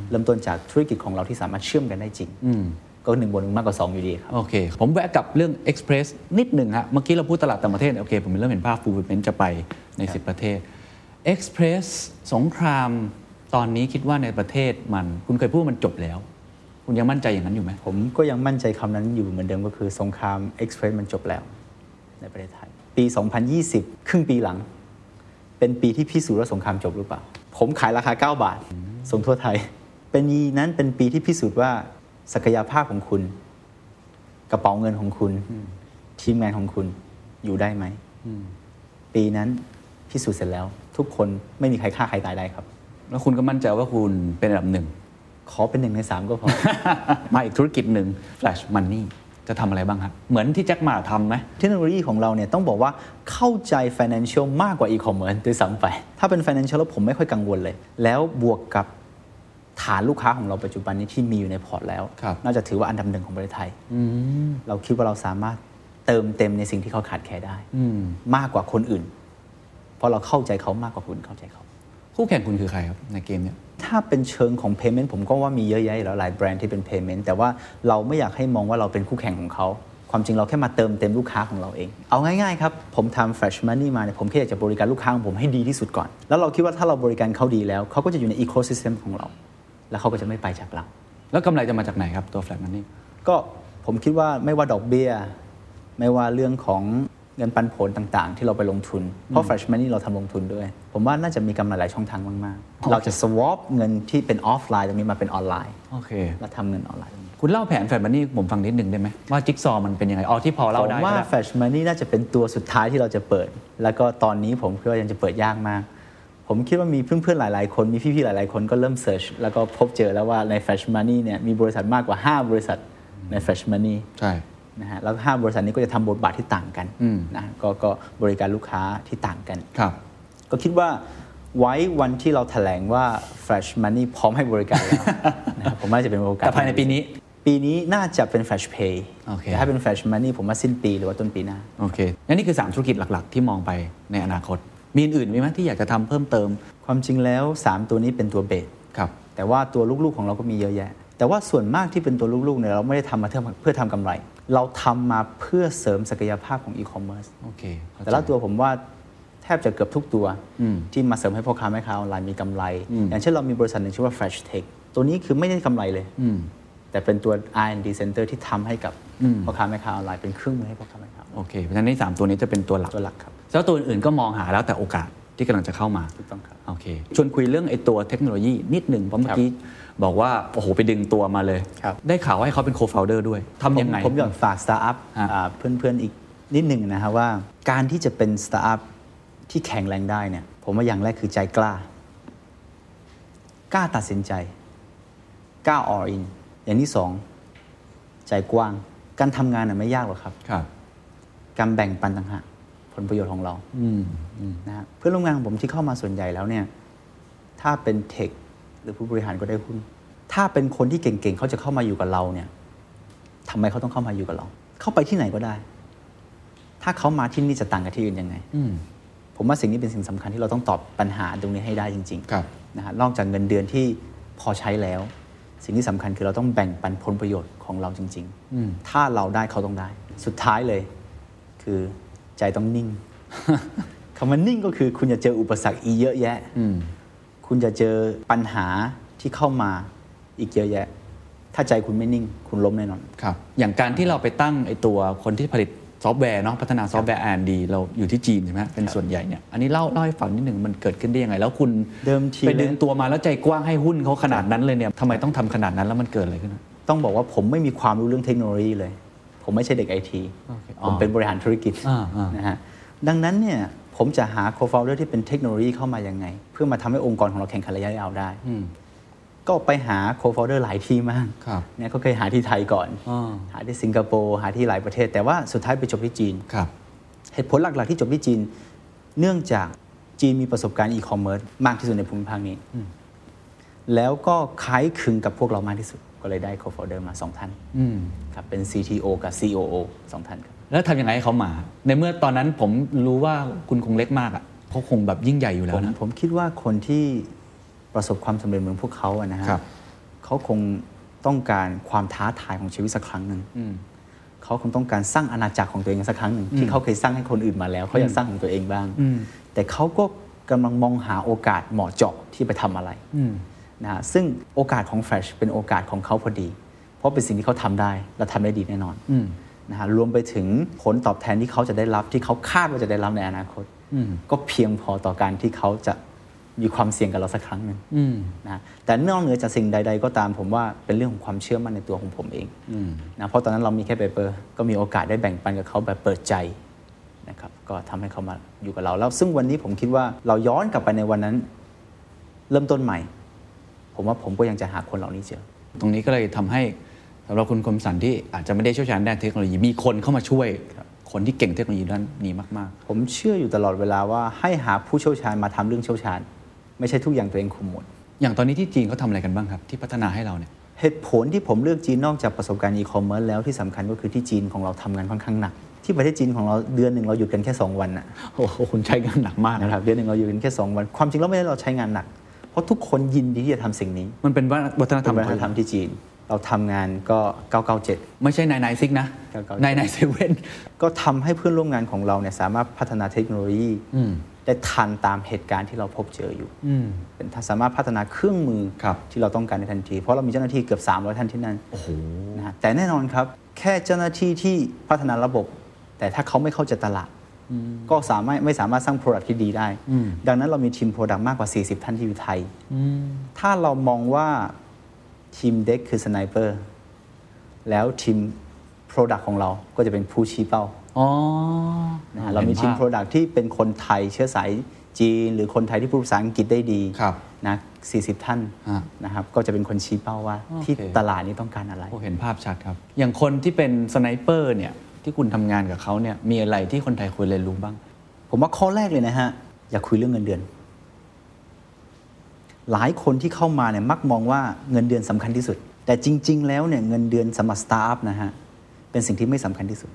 [SPEAKER 1] เริ่มต้นจากธุรกิจของเราที่สามารถเชื่อมกันได้จริง ก็หนึ่งบนหนึ่งมากกว่าสองอยู่ดีครับ
[SPEAKER 5] โอเค ผมแวะกลับเรื่อง Express นิดหนึ่งฮะ เมื่อกี้เราพูดตลาดต่างประเทศ โอเค ผมเริ่มเห็นภาพ fulfillment จะไปใน 10 ประเทศ Express สงครามตอนนี้คิดว่าในประเทศมัน คุณเคยพูดว่ามันจบแล้ว คุณยังมั่นใจอย่างนั้นอยู่ไหม
[SPEAKER 1] ผมก็ยังมั่นใจคำนั้นอยู่เหมือนเดิมก็คือสงคราม Express มันจบแล้ว ในประเทศไทย ปี 2020 ครึ่งปีหลัง เป็นปีที่พิสูจน์ว่าสงครามจบหรือเปล่า ผมขายราคา 9 บาท ส่งทั่วไทย เป็นยีนั้นเป็นปีที่พิสูจน์ว่าศักยภาพของคุณ กระเป๋าเงินของคุณ ทีมงานของคุณอยู่ได้ไหม ปีนั้นพิสูจน์เสร็จแล้ว ทุกคนไม่มีใครฆ่าใครตายได้ครับ
[SPEAKER 5] แล้วคุณก็มั่นใจว่าคุณเป็นอันดับหนึ่ง
[SPEAKER 1] ขอเป็นหนึ่งในสามก็พอ
[SPEAKER 5] มาอีกธุรกิจหนึ่ง Flash Money จะทำอะไรบ้างครับ เหมือนที่แจ็คหมาทำไหม
[SPEAKER 1] เทคโนโลยีของเราเนี่ยต้องบอกว่าเข้าใจ financial มากกว่า e-commerce ด้วยซ้ำไป ถ้าเป็น financial แล้วผมไม่ค่อยกังวลเลย แล้วบวกกับฐานลูกค้าของเราปัจจุบันนี้ที่มีอยู่ในพอร์ตแล้ว
[SPEAKER 5] ครับ
[SPEAKER 1] น่าจะถือว่าอันดับหนึ่งของประเทศไทย เราคิดว่าเราสามารถเติมเต็มในสิ่งที่เขาขาดแคลนได้ มากกว่าคนอื่น เพราะเราเข้าใจเขามากกว่าคุณเข้าใจเขา
[SPEAKER 5] คู่แข่งคุณคือใครครับในเกมเนี้ย
[SPEAKER 1] ถ้าเป็นเชิงของ payment ผมก็ว่ามีเยอะแยะอยู่แล้วหลายแบรนด์ที่เป็น payment แต่ว่าเราไม่อยากให้มองว่าเราเป็นคู่แข่งของเขา ความจริงเราแค่มาเติมเต็มลูกค้าของเราเอง เอาง่ายๆครับ ผมทำ fresh money มาเนี่ยผมแค่อยากจะบริการลูกค้าของผมให้ดีที่สุดก่อน แล้วเราคิดว่าถ้าเราบริการเขาดีแล้ว เขาก็จะอยู่ใน ecosystem ของเรา แล้วเขาก็จะไม่ไปจากเรา
[SPEAKER 5] แล้วกำไรจะมาจากไหนครับตัว Flash Money
[SPEAKER 1] ก็ผมคิดว่าไม่ว่าดอกเบี้ย ไม่ว่าเรื่องของเงินปันผลต่างๆ ที่เราไปลงทุน เพราะ fresh money เราทำลงทุนด้วย ผมว่าน่าจะมีกำไรหลายช่องทางมากๆ เราจะ swap เงินที่เป็นออฟไลน์ตรงนี้มาเป็นออนไลน์
[SPEAKER 5] โอเค
[SPEAKER 1] แล้วทำเงินออนไลน์ตรงนี้
[SPEAKER 5] คุณเล่าแผนแฟนมันนี่ผมฟังนิดหนึ่งได้ไหมว่าจิ๊กซอว์มันเป็นยังไงอ๋อที่พอเล่า
[SPEAKER 1] ผม
[SPEAKER 5] ได้
[SPEAKER 1] ว่า
[SPEAKER 5] ก็ได้
[SPEAKER 1] Flash Money น่าจะเป็นตัวสุดท้ายที่เราจะเปิด แล้วก็ตอนนี้ผมคิดว่ายังจะเปิดยากมาก ผมคิดว่ามีเพื่อนๆหลายๆคน มีพี่ๆหลายๆคนก็เริ่มเสิร์ชแล้วก็พบเจอแล้วว่าใน Flash Money เนี่ยมีบริษัทมากกว่า 5 บริษัทใน Flash Money
[SPEAKER 5] ใช่
[SPEAKER 1] นะฮะแล้วห้าบริษัทนี้ก็จะทำบทบาทที่ต่างกันนะกก็บริการลูกค้าที่ต่างกัน
[SPEAKER 5] ครับ
[SPEAKER 1] ก็คิดว่าไว้วันที่เราแถลงว่า Fresh Money พร้อมให้บริการ แล้ว นะครับผมว่าจะเป็นโอกาส
[SPEAKER 5] แต่ภายในปีนี้
[SPEAKER 1] ปีนี้น่าจะเป็น Fresh Pay
[SPEAKER 5] โอเค
[SPEAKER 1] แต่ถ้าเป็น Fresh Money ผมว่าสิ้นปีหรือว่าต้นปีหน้า
[SPEAKER 5] โอเคงั้นนี่คือ 3 ธุรกิจหลัก ๆ ที่มองไปในอนาคต มีอื่นๆมีไหมที่อยากจะทำเพิ่มเติม
[SPEAKER 1] ความจริงแล้ว 3 ตัวนี้เป็นตัวเบส
[SPEAKER 5] ครับ
[SPEAKER 1] แต่ว่าตัวลูกๆของเราก็มีเยอะแยะ แต่ว่าส่วนมากที่เป็นตัวลูกๆเนี่ยเราไม่ได้ทำมาเพื่อเพื่อทำกำไร เราทำมาเพื่อเสริมศักยภาพของ e-commerce
[SPEAKER 5] โอเคเข้าใจ
[SPEAKER 1] แต่ละตัวผมว่าแทบจะเกือบทุกตัวที่มาเสริมให้พ่อค้าแม่ค้าออนไลน์มีกำไร อย่างเช่นเรามีบริษัทหนึ่งชื่อว่า Fresh Tech ตัวนี้คือไม่ได้กำไรเลย แต่เป็นตัว R&D Center ที่ทำให้กับพ่อค้าแม่ค้าออนไลน์เป็นเครื่องมือให้พ่อค้าแม่ค้าออนไล
[SPEAKER 5] โอเค เพราะฉะนั้นในสามตัวนี้จะเป็นตัวหลัก
[SPEAKER 1] น์ตัวหลักครับ
[SPEAKER 5] แล้วตัวอื่นๆก็มองหาแล้วแต่โอกาสที่กำลังจะเข้ามา
[SPEAKER 1] ถูกต้องครับ
[SPEAKER 5] โอเค ชวนคุยเรื่องไอ้ตัวเทคโนโลยีนิดหนึ่งเพราะเมื่อกี้บอกว่า โอ้โห ไปดึงตัวมาเลย
[SPEAKER 1] ครับ
[SPEAKER 5] ได้ข่าวว่าให้เขาเป็นโคฟาวเดอร์ด้วยทำยังไง
[SPEAKER 1] ผมผมอยากฝากสตาร์ทอัพ
[SPEAKER 5] ฮะ
[SPEAKER 1] อ่าเพื่อนๆอีกนิดหนึ่งนะครับว่า การที่จะเป็นสตาร์ทอัพที่แข็งแรงได้เนี่ยผมว่าอย่างแรกคือใจกล้า กล้าตัดสินใจกล้า all in อย่างที่สองใจกว้าง การทำงานน่ะไม่ยากหรอกครับ
[SPEAKER 5] ครับ
[SPEAKER 1] การแบ่งปันต่างหากผลประโยชน์ของเรานะฮะเพื่อนร่วมงานของผมที่เข้ามาส่วนใหญ่แล้วเนี่ย ถ้าเป็นเทคหรือผู้บริหารก็ได้หุ้นถ้าเป็นคนที่เก่งๆเขาจะเข้ามาอยู่กับเราเนี่ยทำไมเขาต้องเข้ามาอยู่กับเรา เข้าไปที่ไหนก็ได้ ถ้าเขามาที่นี่จะต่างกับที่อื่นยังไงผมว่าสิ่งนี้เป็นสิ่งสำคัญที่เราต้องตอบปัญหาตรงนี้ให้ได้จริง
[SPEAKER 5] ครับ
[SPEAKER 1] นะฮะนอกจากเงินเดือนที่พอใช้แล้ว สิ่งที่สำคัญคือเราต้องแบ่งปันผลประโยชน์ของเราจริงๆถ้าเราได้เขาต้องได้ สุดท้ายเลย คือใจต้องนิ่ ง คำว่านิ่งก็คือคุณจะเจออุปสรรคอีกเยอะแยะ คุณจะเจอปัญหาที่เข้ามาอีกเยอะแยะ ถ้าใจคุณไม่นิ่ง คุณล้มแน่นอน
[SPEAKER 5] ครับ อย่างการที่เราไปตั้งไอ้ตัวคนที่ผลิต ซอฟต์แวร์เนาะพัฒนาซอฟต์แวร์แอนดีเราอยู่ที่จีนใช่ไหมเป็นส่วนใหญ่เนี่ยอันนี้เล่าเล่าให้ฟังนิดหนึ่งมันเกิดขึ้นได้ยังไง แล้วคุณ
[SPEAKER 1] เดิมที
[SPEAKER 5] ไปดึง
[SPEAKER 1] เลย
[SPEAKER 5] ตัวมาแล้วใจกว้างให้หุ้นเขาขนาดนั้นเลยเนี่ยทำไมต้องทำขนาดนั้นแล้วมันเกิดอะไรขึ้นอะ
[SPEAKER 1] ต้องบอกว่าผมไม่มีความรู้เรื่องเทคโนโลยีเลย ผมไม่ใช่เด็กไอที
[SPEAKER 5] โอเคอ๋อ
[SPEAKER 1] ผมเป็นบริหารธุรกิจ
[SPEAKER 5] อ่าอ่าน
[SPEAKER 1] นะฮะดังนั้นเนี่ยผมจะหา co-founder ที่เป็นเทคโนโลยีเข้ามายังไง เพื่อมาทำให้องค์กรของเราแข่งขันระยะยาวได้
[SPEAKER 5] อืม
[SPEAKER 1] ก็ไปหา co-founder หลายที่มาก
[SPEAKER 5] ครับ
[SPEAKER 1] เนี่ยก็เคยหาที่ไทยก่อน
[SPEAKER 5] อ่า
[SPEAKER 1] หาที่สิงคโปร์หาที่หลายประเทศ แต่ว่าสุดท้ายไปจบที่จีน
[SPEAKER 5] ครับ
[SPEAKER 1] เหตุผลหลัก ๆ ที่จบที่จีน เนื่องจากจีนมีประสบการณ์อีคอมเมิร์ซมากที่สุดในภูมิภาคนี้ แล้วก็คล้ายคลึงกับพวกเรามากที่สุด ก็เลยได้ co-founder มา 2 ท่าน
[SPEAKER 5] อืม
[SPEAKER 1] ครับเป็น CTO กับ COO สองท่านครับ
[SPEAKER 5] แล้วทำยังไงให้เขามา ในเมื่อตอนนั้นผมรู้ว่าคุณคงเล็กมากอ่ะเขาคงแบบยิ่งใหญ่อยู่แล้
[SPEAKER 1] ผ
[SPEAKER 5] ว
[SPEAKER 1] ม
[SPEAKER 5] นะ
[SPEAKER 1] ผมคิดว่าคนที่ประสบความสำเร็จเหมือนพวกเขาอะนะฮะ
[SPEAKER 5] ครับ
[SPEAKER 1] เขาคงต้องการความท้าทายของชีวิตสักครั้งหนึ่งเขาคงต้องการสร้างอาณาจักรของตัวเองสักครั้งหนึ่งที่เขาเคยสร้างให้คนอื่นมาแล้วเขาอยากสร้างของตัวเองบ้าง
[SPEAKER 5] อืม
[SPEAKER 1] แต่เขาก็กำลังมองหาโอกาสเหมาะเจาะที่ไปทำอะไร
[SPEAKER 5] อืม
[SPEAKER 1] นะฮะซึ่งโอกาสของแฟลชเป็นโอกาสของเขาพอดี เพราะเป็นสิ่งที่เขาทำได้และทำได้ดีแน่นอน
[SPEAKER 5] อืม
[SPEAKER 1] นะฮะรวมไปถึงผลตอบแทนที่เขาจะได้รับที่เขาคาดว่าจะได้รับในอนาคต
[SPEAKER 5] อืม
[SPEAKER 1] ก็เพียงพอต่อการที่เขาจะมีความเสี่ยงกับเราสักครั้งหนึ่ง
[SPEAKER 5] อืม
[SPEAKER 1] นะแต่นอกเหนือจากสิ่งใด ๆ ก็ตามผมว่าเป็นเรื่องของความเชื่อมั่นในตัวของผมเองนะเพราะตอนนั้นเรามีแค่เปเปอร์ก็มีโอกาสได้แบ่งปันกับเขาแบบเปิดใจนะครับก็ทำให้เขามาอยู่กับเราแล้ว ซึ่งวันนี้ผมคิดว่าเราย้อนกลับไปในวันนั้น เริ่มต้นใหม่ ผมว่าผมก็ยังจะหาคนเหล่านี้เจอ
[SPEAKER 5] ตรงนี้ก็เลยทำให้สำหรับคุณคมสันที่อาจจะไม่ได้เชี่ยวชาญด้านเทคโนโลยีมีคนเข้ามาช่วย คนที่เก่งเทคโนโลยีด้านนี้มาก
[SPEAKER 1] ผมเชื่ออยู่ตลอดเวลาว่าให้หาผู้เชี่ยวชาญมาทำเรื่องเชี่ยวชาญ ไม่ใช่ทุกอย่างตัวเองคุมหมด
[SPEAKER 5] ๆ อย่างตอนนี้ที่จีนเขาทำอะไรกันบ้างครับ ที่พัฒนาให้เราเนี่ย
[SPEAKER 1] เหตุผลที่ผมเลือกจีนนอกจากประสบการณ์อีคอมเมิร์ซแล้วที่สำคัญก็คือที่จีนของเราทำงานค่อนข้างหนัก ที่ประเทศจีนของเราเดือนหนึ่งเราหยุดกันแค่ 2 วันนะ
[SPEAKER 5] โอ้โหคุณใช้งานหนักมาก
[SPEAKER 1] นะครับเดือนหนึ่งเราหยุดกันแค่ 2 วัน ความจริงแล้วไม่ได้เราใช้งานหนัก เพราะทุกคนยินดีที่จะทำสิ่งนี้
[SPEAKER 5] มันเป็นวัฒนธร
[SPEAKER 1] ทำ
[SPEAKER 5] รม
[SPEAKER 1] วัฒนธรรมที่จีน เราทำงานก็ 997
[SPEAKER 5] ไม่ใช่นายนายซิกนะ
[SPEAKER 1] ครับ
[SPEAKER 5] นายนายเซเว่น
[SPEAKER 1] ก็ทำให้เพื่อนร่วมงานของเราเนี่ยสามารถพัฒนาเทคโนโลยี
[SPEAKER 5] อืม
[SPEAKER 1] ได้ทันตามเหตุการณ์ที่เราพบเจออยู่
[SPEAKER 5] อืม
[SPEAKER 1] เป็นสามารถพัฒนาเครื่องมือ
[SPEAKER 5] ครับ
[SPEAKER 1] ที่เราต้องการในทันที เพราะเรามีเจ้าหน้าที่เกือบ 300 ท่านที่นั่นนะฮะแต่แน่นอนครับ แค่เจ้าหน้าที่ที่พัฒนาระบบ แต่ถ้าเขาไม่เข้าใจตลาด ก็สามารถไม่สามารถสร้าง Product ที่ดีได้ ดังนั้นเรามีทีม Product มากกว่า 40 ท่านที่อยู่ไทย ถ้าเรามองว่าทีมเด็กคือสไนเปอร์แล้วทีม Product ของเราก็จะเป็นผู้ชี้เป้า
[SPEAKER 5] อ๋อ
[SPEAKER 1] นะฮะเรามีทีม
[SPEAKER 5] ห็นภพ
[SPEAKER 1] Product ที่เป็นคนไทยเชื้อสายจีน หรือคนไทยที่พูดภาษาอังกฤษได้ดี
[SPEAKER 5] ครับ
[SPEAKER 1] นะ40 ท่าน
[SPEAKER 5] ฮะ
[SPEAKER 1] นะครับก็จะเป็นคนชี้เป้าว่า
[SPEAKER 5] โอเค
[SPEAKER 1] ที่ตลาดนี้ต้องการอะไร
[SPEAKER 5] โอ้เห็นภาพชัดครับ อย่างคนที่เป็นสไนเปอร์เนี่ยที่คุณทำงานกับเขาเนี่ยมีอะไรที่คนไทยควรเรียนรู้บ้าง
[SPEAKER 1] ผมว่าข้อแรกเลยนะฮะ อย่าคุยเรื่องเงินเดือน หลายคนที่เข้ามาเนี่ยมักมองว่าเงินเดือนสำคัญที่สุด แต่จริง ๆ แล้วเนี่ยเงินเดือนสำหรับสตาร์ทนะฮะเป็นสิ่งที่ไม่สำคัญที่สุด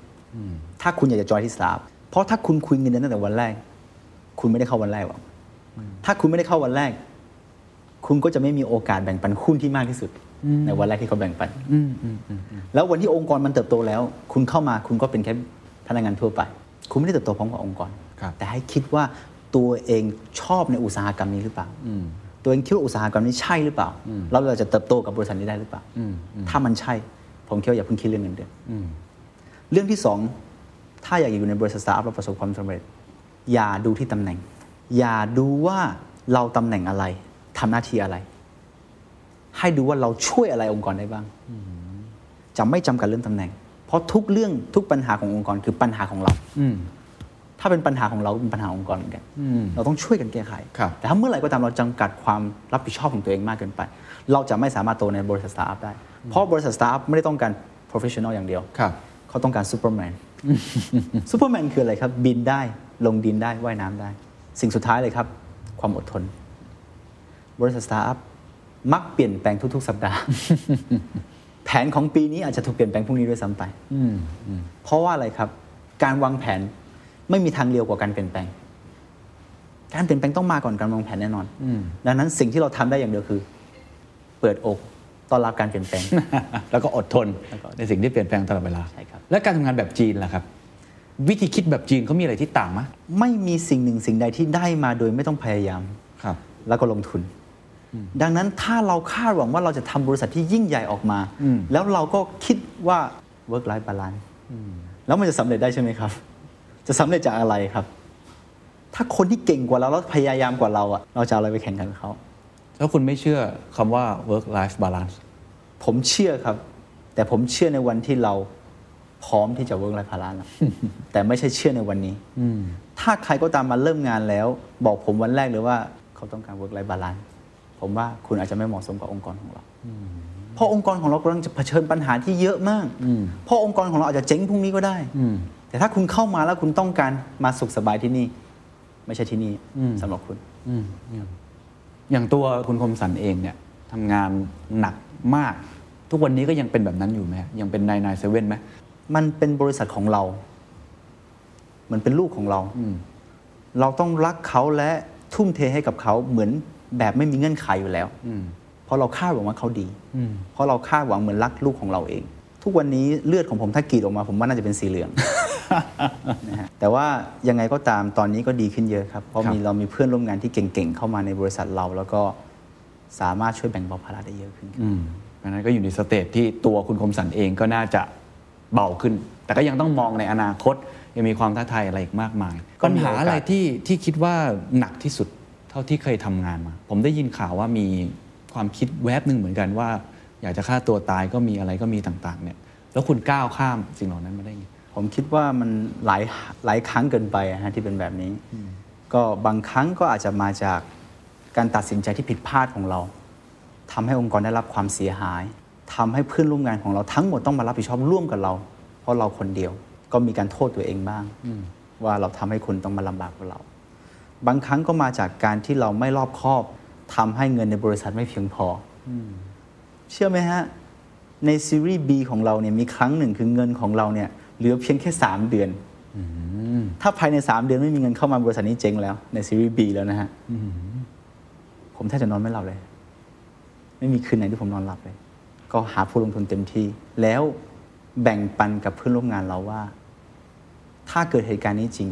[SPEAKER 1] ถ้าคุณอยากจะจอยที่สตาร์ทเพราะถ้าคุณคุยเงินเดือนตั้งแต่วันแรก คุณไม่ได้เข้าวันแรกหรอกถ้าคุณไม่ได้เข้าวันแรก คุณก็จะไม่มีโอกาสแบ่งปันหุ้นที่มากที่สุด ในวันแรกที่เขาแบ่งปัน แล้ววันที่องค์กรมันเติบโตแล้ว คุณเข้ามาคุณก็เป็นแค่พนักงานทั่วไป คุณไม่ได้เติบโตพร้อมกับองค์กร
[SPEAKER 5] ครับ
[SPEAKER 1] แต่ให้คิดว่าตัวเองชอบในอุตสาหกรรมนี้หรือเปล่าตัวเองคิดว่าอุตสาหกรรมนี้ใช่หรือเปล่าแล้วเราจะเติบโตกับบริษัทนี้ได้หรือเปล่าถ้ามันใช่ ผมคิดว่าอย่าเพิ่งคิดเรื่องเงินเดือนเรื่องที่สองถ้าอยากอยู่ในบริษัทสตาร์ทอัพแล้วประสบความสำเร็จ อย่าดูที่ตำแหน่ง อย่าดูว่าเราตำแหน่งอะไรทำหน้าที่อะไร ให้ดูว่าเราช่วยอะไรองค์กรได้บ้าง จะไม่จำกัดเรื่องตำแหน่ง เพราะทุกเรื่องทุกปัญหาขององค์กรคือปัญหาของเรา
[SPEAKER 5] อืม
[SPEAKER 1] ถ้าเป็นปัญหาของเราก็เป็นปัญหาขององค์กรเหมือนกัน
[SPEAKER 5] อืม
[SPEAKER 1] เราต้องช่วยกันแก้ไข
[SPEAKER 5] ครับ
[SPEAKER 1] แต่ถ้าเมื่อไหร่ก็ตามเราจำกัดความรับผิดชอบของตัวเองมากเกินไป เราจะไม่สามารถโตในบริษัทสตาร์ทอัพได้ เพราะบริษัทสตาร์ทอัพไม่ได้ต้องการ professional อย่างเดียว
[SPEAKER 5] ครับ
[SPEAKER 1] เขาต้องการซูเปอร์แม น ซูเปอร์แมนคืออะไรครับ บินได้ ลงดินได้ ว่ายน้ำได้ สิ่งสุดท้ายเลยครับ ความอดทน บริษัทสตาร์ทอัพมักเปลี่ยนแปลงทุก ๆ สัปดาห์ แผนของปีนี้อาจจะถูกเปลี่ยนแปลงพรุ่งนี้ด้วยซ้ำไป เพราะว่าอะไรครับ การวางแผนไม่มีทางเรียวกว่าการเปลี่ยนแปลง การเปลี่ยนแปลงต้องมาก่อนการวางแผนแน่นอน ดังนั้นสิ่งที่เราทำได้อย่างเดียวคือ เปิดอกต้อนรับการเปลี่ยนแปลง
[SPEAKER 5] แล้วก็อดทน
[SPEAKER 1] แล้วก็อดทน
[SPEAKER 5] ในสิ่งที่เปลี่ยนแปลงตลอดเวลา
[SPEAKER 1] ใช่ครับ
[SPEAKER 5] และการทำงานแบบจีนล่ะครับ วิธีคิดแบบจีนเขามีอะไรที่ต่างไหมย
[SPEAKER 1] ไม่มีสิ่งหนึ่งสิ่งใดที่ได้มาโดยไม่ต้องพยายาม
[SPEAKER 5] ครับ
[SPEAKER 1] แล้วก็ลงทุน ดังนั้นถ้าเราคาดหวังว่าเราจะทำบริษัทที่ยิ่งใหญ่ออกมา
[SPEAKER 5] อืม
[SPEAKER 1] แล้วเราก็คิดว่า work life balance แล้วมันจะสำเร็จได้ใช่ไหมครับ จะสำเร็จจากอะไรครับ ถ้าคนที่เก่งกว่าเราแล้วพยายามกว่าเราอะเราจะเอาอะไรไปแข่งกันกับเขา
[SPEAKER 5] แล้วคุณไม่เชื่อคำว่า work life balance
[SPEAKER 1] ผมเชื่อครับ แต่ผมเชื่อในวันที่เราพร้อมที่จะเวิ ร์กไลฟ์พาราแล้ว แต่ไม่ใช่เชื่อในวันนี้ถ้าใครก็ตามมาเริ่มงานแล้ว บอกผมวันแรกเลยว่าเขาต้องการเวิร์กไลฟ์บาลานผมว่าคุณอาจจะไม่เหมาะสมกับองค์กรของเรา เพราะองค์กรของเรากำลังจะเผชิญปัญหาที่เยอะมาก เพราะองค์กรของเราอาจจะเจ๊งพรุ่งนี้ก็ได้ แต่ถ้าคุณเข้ามาแล้วคุณต้องการมาสุขสบายที่นี่ ไม่ใช่ที่นี่สำหรับคุณ
[SPEAKER 5] อย่างตัวคุณคมสันเองเนี่ยทำงานหนักมาก ทุกวันนี้ก็ยังเป็นแบบนั้นอยู่ไหมยังเป็นนายนายเซเว่นไหม
[SPEAKER 1] มันเป็นบริษัทของเรา มันเป็นลูกของเรา เราต้องรักเขาและทุ่มเทให้กับเขาเหมือนแบบไม่มีเงื่อนไขอยู่แล้ว เพราะเราคาดหวังว่าเขาดี เพราะเราคาดหวังเหมือนรักลูกของเราเอง ทุกวันนี้เลือดของผมถ้ากรีดออกมา ผมว่าน่าจะเป็นสีเหลือง นะฮะแต่ว่ายังไงก็ตามตอนนี้ก็ดีขึ้นเยอะครับ เพราะ
[SPEAKER 5] ครับ
[SPEAKER 1] มีเรามีเพื่อนร่วมงานที่เก่งๆเข้ามาในบริษัทเรา แล้วก็สามารถช่วยแบ่งเบาภาระได้เยอะขึ้นครับ
[SPEAKER 5] อืมเพราะฉะนั้นก็อยู่ในสเตจที่ตัวคุณคมสันเองก็น่าจะเบาขึ้น แต่ก็ยังต้องมองในอนาคต ยังมีความท้าทายอะไรอีกมากมาย
[SPEAKER 1] ก็
[SPEAKER 5] ปัญ
[SPEAKER 1] มีโอกาส
[SPEAKER 5] หาอะไรที่ที่คิดว่าหนักที่สุดเท่าที่เคยทำงานมา ผมได้ยินข่าวว่ามีความคิดแวบหนึ่งเหมือนกันว่า อยากจะฆ่าตัวตายก็มีอะไรก็มีต่างๆ เนี่ย แล้วคุณก้าวข้ามสิ่งเหล่านั้นมาได้ไง
[SPEAKER 1] ผมคิดว่ามันหลายหลายครั้งเกินไปอะฮะที่เป็นแบบนี้ ก็บางครั้งก็อาจจะมาจากการตัดสินใจที่ผิดพลาดของเราทำให้องค์กรได้รับความเสียหายทำให้เพื่อนร่วมงานของเราทั้งหมดต้องมารับผิดชอบร่วมกับเรา เพราะเราคนเดียว ก็มีการโทษตัวเองบ้าง ว่าเราทำให้คนต้องมาลำบากกว่าเรา บางครั้งก็มาจากการที่เราไม่รอบคอบทำให้เงินในบริษัทไม่เพียงพออเชื่อไหมฮะ ในซีรีส์ B ของเราเนี่ยมีครั้งหนึ่งคือเงินของเราเนี่ยเหลือเพียงแค่ 3 เดือน ถ้าภายใน 3 เดือนไม่มีเงินเข้ามาบริษัทนี้เจ๊งแล้วในซีรีส์ B แล้วนะฮะผมแทบจะนอนไม่หลับเลย ไม่มีคืนไหนที่ผมนอนหลับเลย ก็หาผู้ลงทุนเต็มที่ แล้วแบ่งปันกับเพื่อนร่วมงานเราว่า ถ้าเกิดเหตุการณ์นี้จริง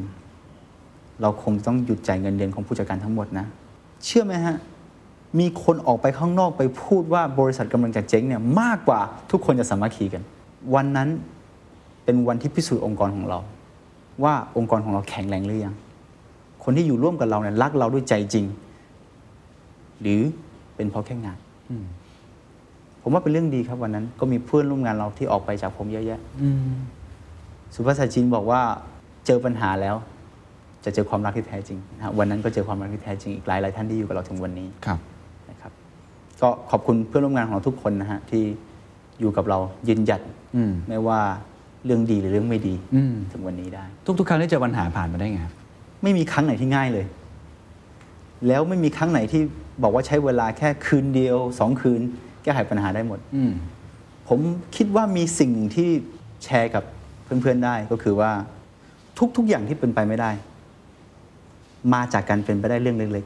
[SPEAKER 1] เราคงต้องหยุดจ่ายเงินเดือนของผู้จัดการทั้งหมดนะ เชื่อไหมฮะ มีคนออกไปข้างนอกไปพูดว่าบริษัทกำลังจะเจ๊งเนี่ยมากกว่าทุกคนจะสามัคคีกัน วันนั้นเป็นวันที่พิสูจน์องค์กรของเรา ว่าองค์กรของเราแข็งแรงหรือยัง คนที่อยู่ร่วมกับเราเนี่ยรักเราด้วยใจจริง หรือเป็นเพราะแค่งาน ผมว่าเป็นเรื่องดีครับวันนั้น ก็มีเพื่อนร่วมงานเราที่ออกไปจากผมเยอะแยะสุภาษิตจีนบอกว่าเจอปัญหาแล้ว จะเจอความรักที่แท้จริงนะฮะวันนั้นก็เจอความรักที่แท้จริงอีกหลายหลายๆท่านที่อยู่กับเราถึงวันนี้
[SPEAKER 5] ครับ
[SPEAKER 1] นะครับก็ขอบคุณเพื่อนร่วมงานของเราทุกคนนะฮะที่อยู่กับเรายืนหยัด
[SPEAKER 5] อืม
[SPEAKER 1] ไม่ว่าเรื่องดีหรือเรื่องไม่ดี
[SPEAKER 5] อืม
[SPEAKER 1] ถึงวันนี้ได้
[SPEAKER 5] ทุก ๆ ครั้งที่เจอปัญหาผ่านมาได้ไงครับ
[SPEAKER 1] ไม่มีครั้งไหนที่ง่ายเลย แล้วไม่มีครั้งไหนที่บอกว่าใช้เวลาแค่คืนเดียวสองคืน แก้ไขปัญหาได้หมด
[SPEAKER 5] อืม
[SPEAKER 1] ผมคิดว่ามีสิ่งหนึ่งที่แชร์กับเพื่อนๆได้ก็คือว่าทุกๆอย่างที่เป็นไปไม่ได้ มาจากการเป็นไปได้เรื่องเล็ก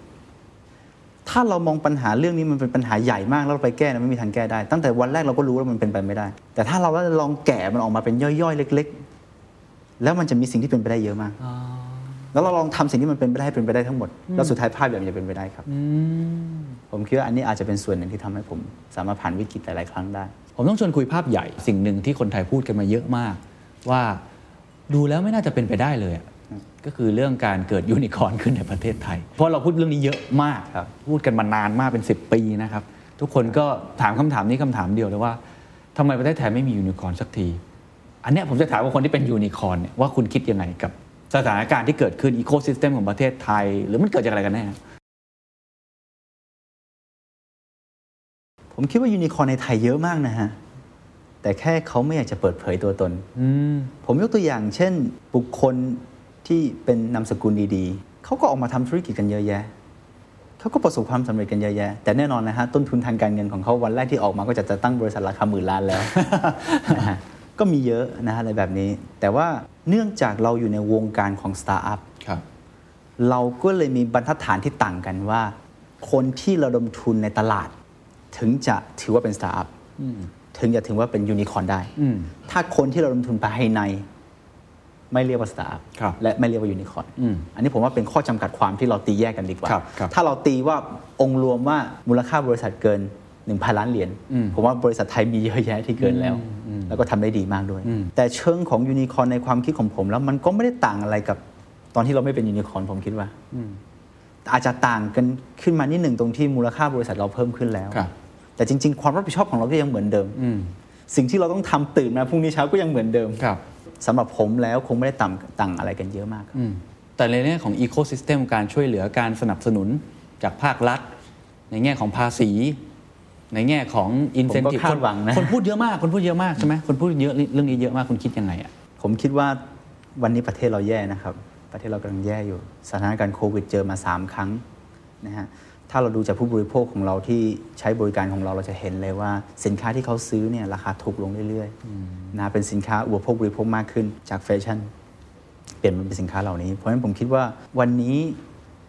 [SPEAKER 1] ๆ ถ้าเรามองปัญหาเรื่องนี้มันเป็นปัญหาใหญ่มากแล้วเราไปแก้นะไม่มีทางแก้ได้ ตั้งแต่วันแรกเราก็รู้ว่ามันเป็นไปไม่ได้ แต่ถ้าเราลองแกะมันออกมาเป็นย่อยๆ เล็ก ๆ แล้วมันจะมีสิ่งที่เป็นไปได้เยอะมากแล้วเราลองทำสิ่งที่มันเป็นไปได้ให้เป็นไปได้ทั้งหมดแล้วสุดท้ายภาพแบบมันจะเป็นไปได้ครับผมคิดว่าอันนี้อาจจะเป็นส่วนหนึ่งที่ทำให้ผม สามารถผ่านวิกฤตหลายๆครั้งได้
[SPEAKER 5] ผมต้องชวนคุยภาพใหญ่สิ่งหนึ่งที่คนไทยพูดกันมาเยอะมาก ว่าดูแล้วไม่น่าจะเป็นไปได้เลยอะก็คือเรื่องการเกิดยูนิคอร์นขึ้นในประเทศไทย เพราะเราพูดเรื่องนี้เยอะมาก
[SPEAKER 1] ครับ
[SPEAKER 5] พูดกันมานานมากเป็น 10 ปีนะครับ ทุกคนก็ถามคำถามนี้คำถามเดียวเลยว่าทำไมประเทศไทยไม่มียูนิคอร์นสักที อันเนี้ยผมจะถามว่าคนที่เป็นยูนิคอร์นเนี่ยว่าคุณคิดยังไงกับสถานการณ์ที่เกิดขึ้นอีโคซิสเต็มของประเทศไทย หรือมันเกิดจากอะไรกันแน่
[SPEAKER 1] ผมคิดว่ายูนิคอร์นในไทยเยอะมากนะฮะ แต่แค่เขาไม่อยากจะเปิดเผยตัวตน ผมยกตัวอย่างเช่น บุคคลที่เป็นนามสกุลดีๆ เขาก็ออกมาทำธุรกิจกันเยอะแยะ เขาก็ประสบความสำเร็จกันเยอะแยะ แต่แน่นอนนะฮะ ต้นทุนทางการเงินของเขาวันแรกที่ออกมาก็จะจะตั้งบริษัทราคาหมื่นล้านแล้ว นะฮะก็มีเยอะนะฮะอะไรแบบนี้ แต่ว่าเนื่องจากเราอยู่ในวงการของสตาร์ทอัพ
[SPEAKER 5] ครับ
[SPEAKER 1] เราก็เลยมีบรรทัดฐานที่ต่างกันว่า คนที่ระดมทุนในตลาด ถึงจะถือว่าเป็นสตาร์ทอัพถึงจะถือว่าเป็นยูนิคอร์นได้
[SPEAKER 5] อืม
[SPEAKER 1] ถ้าคนที่ระดมทุนภายใน ไม่เรียกว่าสตาร์ท
[SPEAKER 5] ครั
[SPEAKER 1] อั
[SPEAKER 5] บ
[SPEAKER 1] พและไม่เรียกว่ายูนิคอร์น
[SPEAKER 5] อืม
[SPEAKER 1] อันนี้ผมว่าเป็นข้อจำกัดความที่เราตีแยกกันดีกว่า
[SPEAKER 5] ครับครับ
[SPEAKER 1] ถ้าเราตีว่าองค์รวมว่ามูลค่าบริษัทเกิน 1,000 ล้านเหรียญผมว่าบริษัทไทยมีเยอะแยะที่เกินแล้ว แล้วก็ทำได้ดีมากด้วย แต่เชิงของยูนิคอร์นในความคิดของผมแล้วมันก็ไม่ได้ต่างอะไรกับตอนที่เราไม่เป็นยูนิคอร์นผมคิดว่า อาจจะต่างกันขึ้นมานิดหนึ่งตรงที่มูลค่าบริษัทเราเพิ่มขึ้นแล้ว
[SPEAKER 5] ครับ
[SPEAKER 1] แต่จริง ๆ ความรับผิดชอบของเราก็ยังเหมือนเดิม สิ่งที่เราต้องทำตื่นมาพรุ่งนี้เช้าก็ยังเหมือนเดิม
[SPEAKER 5] ครับ
[SPEAKER 1] สำหรับผมแล้วคงไม่ได้ต่างต่างอะไรกันเยอะมากครับ
[SPEAKER 5] อืมแต่ในแง่ของอีโค y ิสเต็มการช่วยเหลือการสนับสนุนจากภาครัฐ ในแง่ของภาษี ในแง่ของอินเซนティ
[SPEAKER 1] ผ
[SPEAKER 5] ブ
[SPEAKER 1] มก็คาดหวังนะ
[SPEAKER 5] คนพูดเยอะมากคนพูดเยอะมากใช่ไหมคนพูดเยอะเรื่องนี้เยอะมากคุณคิดยังไงอ่ะ
[SPEAKER 1] ผมคิดว่าวันนี้ประเทศเราแย่นะครับ ประเทศเรากำลังแย่อยู่ สถานการณ์โควิดเจอมา 3 ครั้งนะฮะถ้าเราดูจากผู้บริโภคของเราที่ใช้บริการของเราเราจะเห็นเลยว่า สินค้าที่เขาซื้อเนี่ยราคาถูกลงเรื่อยๆนะเป็นสินค้าอุปโภคบริโภคมากขึ้นจากแฟชั่น เปลี่ยนมันเป็นสินค้าเหล่านี้ เพราะฉะนั้นผมคิดว่าวันนี้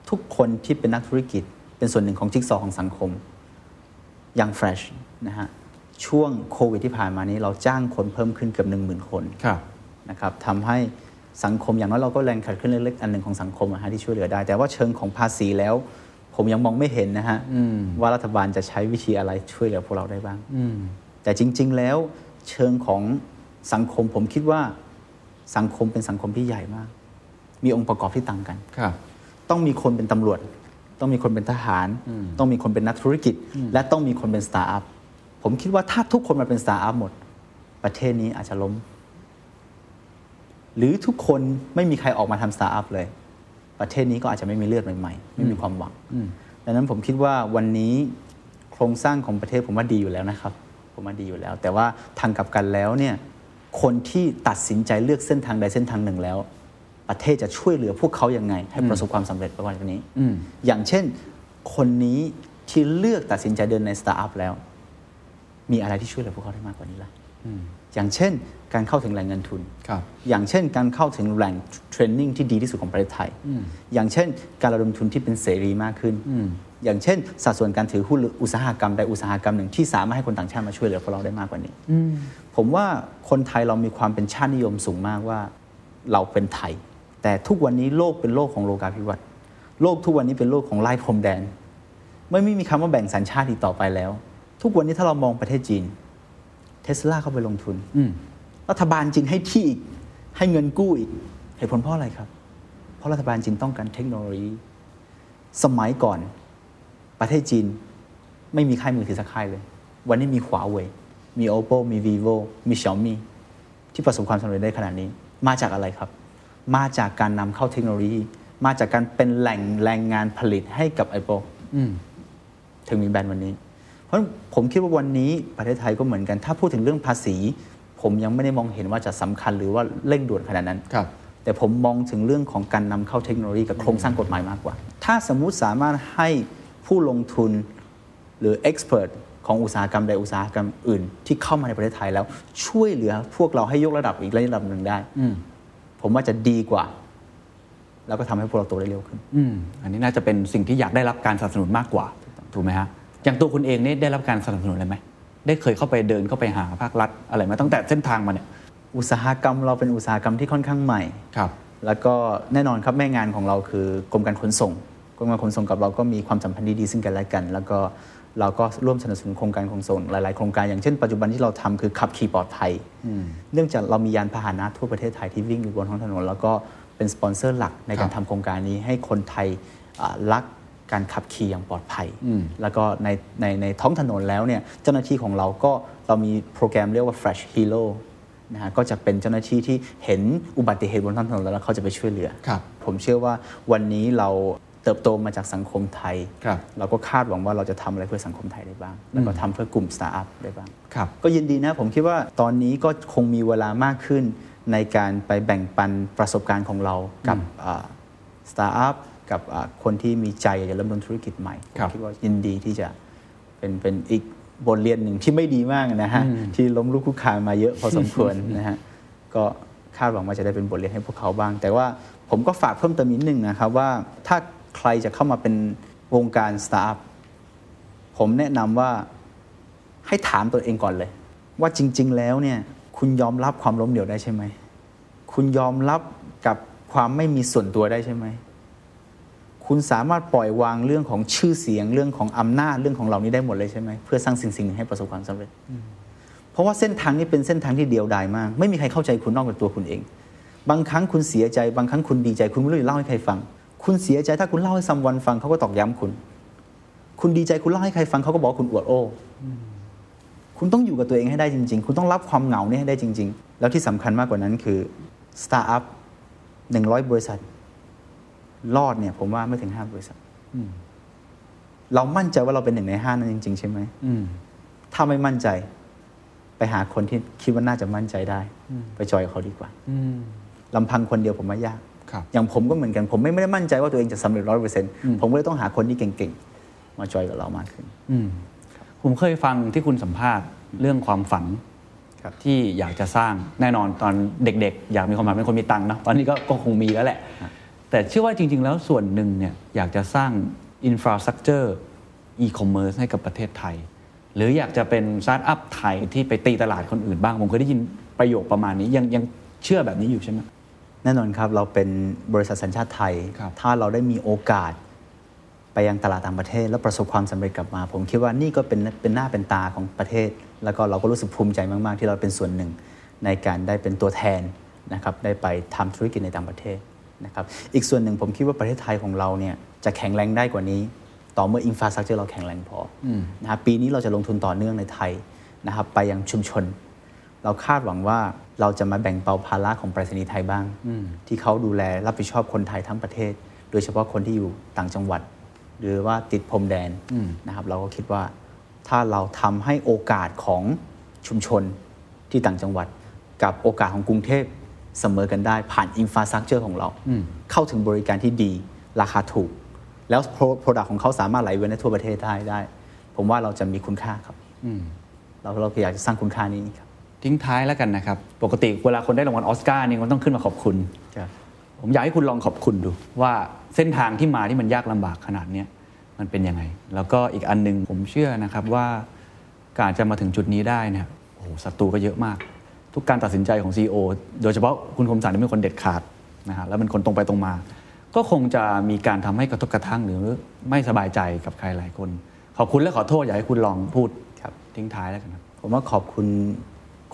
[SPEAKER 1] ทุกคนที่เป็นนักธุรกิจ เป็นส่วนหนึ่งของจิ๊กซอว์ของสังคม ยังแฟรชนะฮะช่วงโควิดที่ผ่านมานี้เราจ้างคนเพิ่มขึ้นเกือบ1 0,000 คน
[SPEAKER 5] ครับ
[SPEAKER 1] นะครับทำให้สังคมอย่างน้อยเราก็แรงขัดขึ้นเล็กๆอันหนึ่งของสังคมอะฮะที่ช่วยเหลือได้ แต่ว่าเชิงของภาษีแล้ว ผมยังมองไม่เห็นนะฮะว่ารัฐบาลจะใช้วิธีอะไรช่วยเหลือพวกเราได้บ้างแต่จริง ๆ แล้วเชิงของสังคมผมคิดว่าสังคมเป็นสังคมที่ใหญ่มาก มีองค์ประกอบที่ต่างกัน
[SPEAKER 5] ครับ
[SPEAKER 1] ต้องมีคนเป็นตำรวจ ต้องมีคนเป็นทหาร ต้องมีคนเป็นนักธุรกิจ และต้องมีคนเป็นสตาร์ทอัพ ผมคิดว่าถ้าทุกคนมาเป็นสตาร์ทอัพหมด ประเทศนี้อาจจะล้ม หรือทุกคนไม่มีใครออกมาทำสตาร์ทอัพเลย ประเทศนี้ก็อาจจะไม่มีเลือดใหม่ๆ ไม่มีความหวังดังนั้นผมคิดว่าวันนี้โครงสร้างของประเทศผมว่าดีอยู่แล้วนะครับ ผมว่าดีอยู่แล้ว แต่ว่าทางกลับกันแล้วเนี่ย คนที่ตัดสินใจเลือกเส้นทางใดเส้นทางหนึ่งแล้ว ประเทศจะช่วยเหลือพวกเขายังไง ให้ประสบความสำเร็จประมาณนี้อย่างเช่น คนนี้ที่เลือกตัดสินใจเดินในสตาร์ทอัพแล้ว มีอะไรที่ช่วยเหลือพวกเขาได้มากกว่านี้ล่ะอย่างเช่น การเข้าถึงแหล่งเงินทุน
[SPEAKER 5] ครับ
[SPEAKER 1] อย่างเช่น การเข้าถึงแหล่งเทรนนิ่งที่ดีที่สุดของประเทศไทย อย่างเช่น การระดมทุนที่เป็นเสรีมากขึ้น อย่างเช่น สัดส่วนการถือหุ้นหรืออุตสาหกรรมใดอุตสาหกรรมหนึ่งที่สามารถให้คนต่างชาติมาช่วยเหลือพวกเราได้มากกว่านี้ ผมว่าคนไทยเรามีความเป็นชาตินิยมสูงมากว่าเราเป็นไทย แต่ทุกวันนี้โลกเป็นโลกของโลกาภิวัตน์โลกทุกวันนี้เป็นโลกของไล่พรมแดน ไม่ไม่มีคำว่าแบ่งสัญชาติอีกต่อไปแล้ว ทุกวันนี้ถ้าเรามองประเทศจีน เทสลาเข้าไปลงทุน รัฐบาลจีนให้ที่อีก ให้เงินกู้อีก เหตุผลเพราะอะไรครับ เพราะรัฐบาลจีนต้องการเทคโนโลยี สมัยก่อนประเทศจีนไม่มีค่ายมือถือสักค่ายเลย วันนี้มีขวาเว่ยมี oppo มี vivo มี xiaomi ที่ประสบความสำเร็จได้ขนาดนี้ มาจากอะไรครับ มาจากการนำเข้าเทคโนโลยี มาจากการเป็นแหล่งแรงงานผลิตให้กับ Apple ถึงมีแบรนด์วันนี้ เพราะฉะนั้นผมคิดว่าวันนี้ประเทศไทยก็เหมือนกัน ถ้าพูดถึงเรื่องภาษี ผมยังไม่ได้มองเห็นว่าจะสำคัญหรือว่าเร่งด่วนขนาดนั้น
[SPEAKER 5] ครับ
[SPEAKER 1] แต่ผมมองถึงเรื่องของการนำเข้าเทคโนโลยีกับโครงสร้างกฎหมายมากกว่า ถ้าสมมุติสามารถให้ผู้ลงทุนหรือเอ็กซ์เพรสของอุตสาหกรรมใดอุตสาหกรรมอื่น ที่เข้ามาในประเทศไทยแล้วช่วยเหลือพวกเราให้ยกระดับอีกระดับหนึ่งได้ ผมว่าจะดีกว่า แล้วก็ทำให้พวกเราโตได้เร็วขึ้น
[SPEAKER 5] อืมอันนี้น่าจะเป็นสิ่งที่อยากได้รับการสนับสนุนมากกว่า ถูกไหมฮะ อย่างตัวคุณเองเนี่ยได้รับการสนับสนุนอะไรไหม ได้เคยเข้าไปเดินเข้าไปหาภาครัฐอะไรไหมาตั้งแต่เส้นทางมาเนี่ย
[SPEAKER 1] อุตสาหกรรมเราเป็นอุตสาหกรรมที่ค่อนข้างใหม่
[SPEAKER 5] ครับ
[SPEAKER 1] แล้วก็แน่นอนครับแม่งานของเราคือกรมการขนส่ง กรมการขนส่งกับเราก็มีความสัมพันธ์ที่ดีซึ่งกันและกัน แล้วก็เราก็ร่วมสนับสนุนโครงการขนส่งหลาย ๆ โครงการอย่างเช่นปัจจุบันที่เราทำคือขับขี่ปลอดภัย เนื่องจากเรามียานพาหนะทั่วประเทศไทยที่วิ่งอยู่บนท้องถนน แล้วก็เป็นสปอนเซอร์หลักในการ
[SPEAKER 5] ครั
[SPEAKER 1] ทำ
[SPEAKER 5] บ
[SPEAKER 1] โครงการนี้ให้คนไทยอ่ารักการขับขี่อย่างปลอดภัย แล้วก็ในในในท้องถนนแล้วเนี่ยเจ้าหน้าที่ของเราก็เรามีโปรแกรมเรียกว่า Fresh Hero นะฮะก็จะเป็นเจ้าหน้าที่ที่เห็นอุบัติเหตุบนท้องถนนแล้วเขาจะไปช่วยเหลือ
[SPEAKER 5] ครับ
[SPEAKER 1] ผมเชื่อว่าวันนี้เราเติบโตมาจากสังคมไทย
[SPEAKER 5] ครับ
[SPEAKER 1] เราก็คาดหวังว่าเราจะทำอะไรเพื่อสังคมไทยได้บ้าง แล้วก็ทำเพื่อกลุ่มสตาร์ทอัพได้บ้าง
[SPEAKER 5] ครับ
[SPEAKER 1] ก็ยินดีนะผมคิดว่าตอนนี้ก็คงมีเวลามากขึ้นในการไปแบ่งปันประสบการณ์ของเรากับสตาร์ทอัพกับอ่าคนที่มีใจอยากจะเริ่มต้นธุรกิจใหม่
[SPEAKER 5] ครั
[SPEAKER 1] ผ
[SPEAKER 5] บ
[SPEAKER 1] มคิดว่ายินดีที่จะเป็นเป็นอีกบทเรียนหนึ่งที่ไม่ดีมากนะฮะ ที่ล้มลุกคลุกคลานมาเยอะพอสมควร นะ ฮะก็คาดหวังว่าจะได้เป็นบทเรียนให้พวกเขาบ้าง แต่ว่าผมก็ฝากเพิ่มเติมนิดนึงนะครับว่าถ้าใครจะเข้ามาเป็นวงการสตาร์ทอัพ ผมแนะนำว่าให้ถามตัวเองก่อนเลย ว่าจริง ๆ แล้วเนี่ยคุณยอมรับความล้มเหลวได้ใช่ไหม คุณยอมรับกับความไม่มีส่วนตัวได้ใช่ไหม คุณสามารถปล่อยวางเรื่องของชื่อเสียงเรื่องของอำนาจเรื่องของเหล่านี้ได้หมดเลยใช่ไหมเพื่อสร้างสิ่งสิ่งหนึ่งให้ประสบความสำเร็จ เพราะว่าเส้นทางนี้เป็นเส้นทางที่เดียวดายมาก ไม่มีใครเข้าใจคุณนอกจากตัวคุณเอง บางครั้งคุณเสียใจ บางครั้งคุณดีใจ คุณไม่รู้จะเล่าให้ใครฟัง คุณเสียใจถ้าคุณเล่าให้ซัมวันฟังเขาก็ตอกย้ำคุณ คุณดีใจคุณเล่าให้ใครฟังเขาก็บอกว่าคุณอวดโอ้ คุณต้องอยู่กับตัวเองให้ได้จริง ๆ คุณต้องรับความเหงาเนี่ยให้ได้จริง ๆ แล้วที่สำคัญมากกว่านั้นคือสตาร์ทอัพหนึ่งร้อยบริษัท รอดเนี่ยผมว่าไม่ถึงห้าบริษัทเรามั่นใจว่าเราเป็นหนึ่งในห้านั้นจริง ๆ ใช่ไหม
[SPEAKER 5] อืม
[SPEAKER 1] ถ้าไม่มั่นใจ ไปหาคนที่คิดว่าน่าจะมั่นใจได้ ไปจอยกับเขาดีกว่า
[SPEAKER 5] อืม
[SPEAKER 1] ลำพังคนเดียวผมว่ายาก
[SPEAKER 5] ครับ
[SPEAKER 1] อย่างผมก็เหมือนกัน ผมไม่ไม่ได้มั่นใจว่าตัวเองจะสำเร็จร้อยเปอร์เซ็นต์ผมก็เลยต้องหาคนที่เก่งๆ มาจอยกับเรามากขึ้น
[SPEAKER 5] อืมผมเคยฟังที่คุณสัมภาษณ์เรื่องความฝัน
[SPEAKER 1] ครับ
[SPEAKER 5] ที่อยากจะสร้างแน่นอนตอนเด็กๆ อยากมีความฝันเป็นคนมีตังค์เนอะตอนนี้ก็ก็คงมีแล้วแหละ แต่เชื่อว่าจริง ๆ แล้วส่วนหนึ่งเนี่ยอยากจะสร้างอินฟราสตรักเจอร์อีคอมเมิร์ซให้กับประเทศไทย หรืออยากจะเป็นสตาร์ทอัพไทยที่ไปตีตลาดคนอื่นบ้าง ผมเคยได้ยินประโยคประมาณนี้ยังยังเชื่อแบบนี้อยู่ใช่ไหม
[SPEAKER 1] แน่นอนครับ เราเป็นบริษัทสัญชาติไทย
[SPEAKER 5] ครับ
[SPEAKER 1] ถ้าเราได้มีโอกาส ไปยังตลาดต่างประเทศ แล้วประสบความสำเร็จกลับมา ผมคิดว่านี่ก็เป็นเป็นหน้าเป็นตาของประเทศ แล้วก็เราก็รู้สึกภูมิใจมาก ๆ ที่เราเป็นส่วนหนึ่งในการได้เป็นตัวแทนนะครับได้ไปทำธุรกิจในต่างประเทศนะครับอีกส่วนหนึ่งผมคิดว่าประเทศไทยของเราเนี่ยจะแข็งแรงได้กว่านี้ ต่อเมื่ออินฟาส r ักเจอเราแข็งแรงพออนะครับปีนี้เราจะลงทุนต่อเนื่องในไทยนะครับไปยังชุมชน เราคาดหวังว่าเราจะมาแบ่งเบาภาระของไปรษณีย์ไทยบ้าง ที่เขาดูแลรับผิดชอบคนไทยทั้งประเทศ โดยเฉพาะคนที่อยู่ต่างจังหวัด หรือว่าติดพรมแดนนะครับเราก็คิดว่าถ้าเราทำให้โอกาสของชุมชนที่ต่างจังหวัด กับโอกาสของกรุงเทพเสมอกันได้ผ่านอินฟาสตรักเจอร์ของเรา เข้าถึงบริการที่ดีราคาถูก แล้วโปรดักของเขาสามารถไหลเวียนในทั่วประเทศได้ได้ ผมว่าเราจะมีคุณค่าครับเราเราอยากจะสร้างคุณค่านี้ครับ
[SPEAKER 5] ทิ้งท้ายแล้วกันนะครับ ปกติเวลาคนได้รางวัลออสการ์เนี่ยมันต้องขึ้นมาขอบคุณ ผมอยากให้คุณลองขอบคุณดู ว่าเส้นทางที่มาที่มันยากลำบากขนาดเนี้ยมันเป็นยังไง แล้วก็อีกอันหนึงผมเชื่อนะครับว่าการจะมาถึงจุดนี้ได้เนี่ยโอ้โหศัตรูก็เยอะมาก ทุกการตัดสินใจของ CEO โดยเฉพาะคุณคมสันนี่เป็นคนเด็ดขาดนะฮะแล้วเป็นคนตรงไปตรงมา ก็คงจะมีการทำให้กระทบกระทั่งหรือไม่สบายใจกับใครหลายคน ขอบคุณและขอโทษอยากให้คุณลองพูด
[SPEAKER 1] ครับ
[SPEAKER 5] ทิ้งท้ายแล้วกันครับ
[SPEAKER 1] ผมว่าขอบคุณ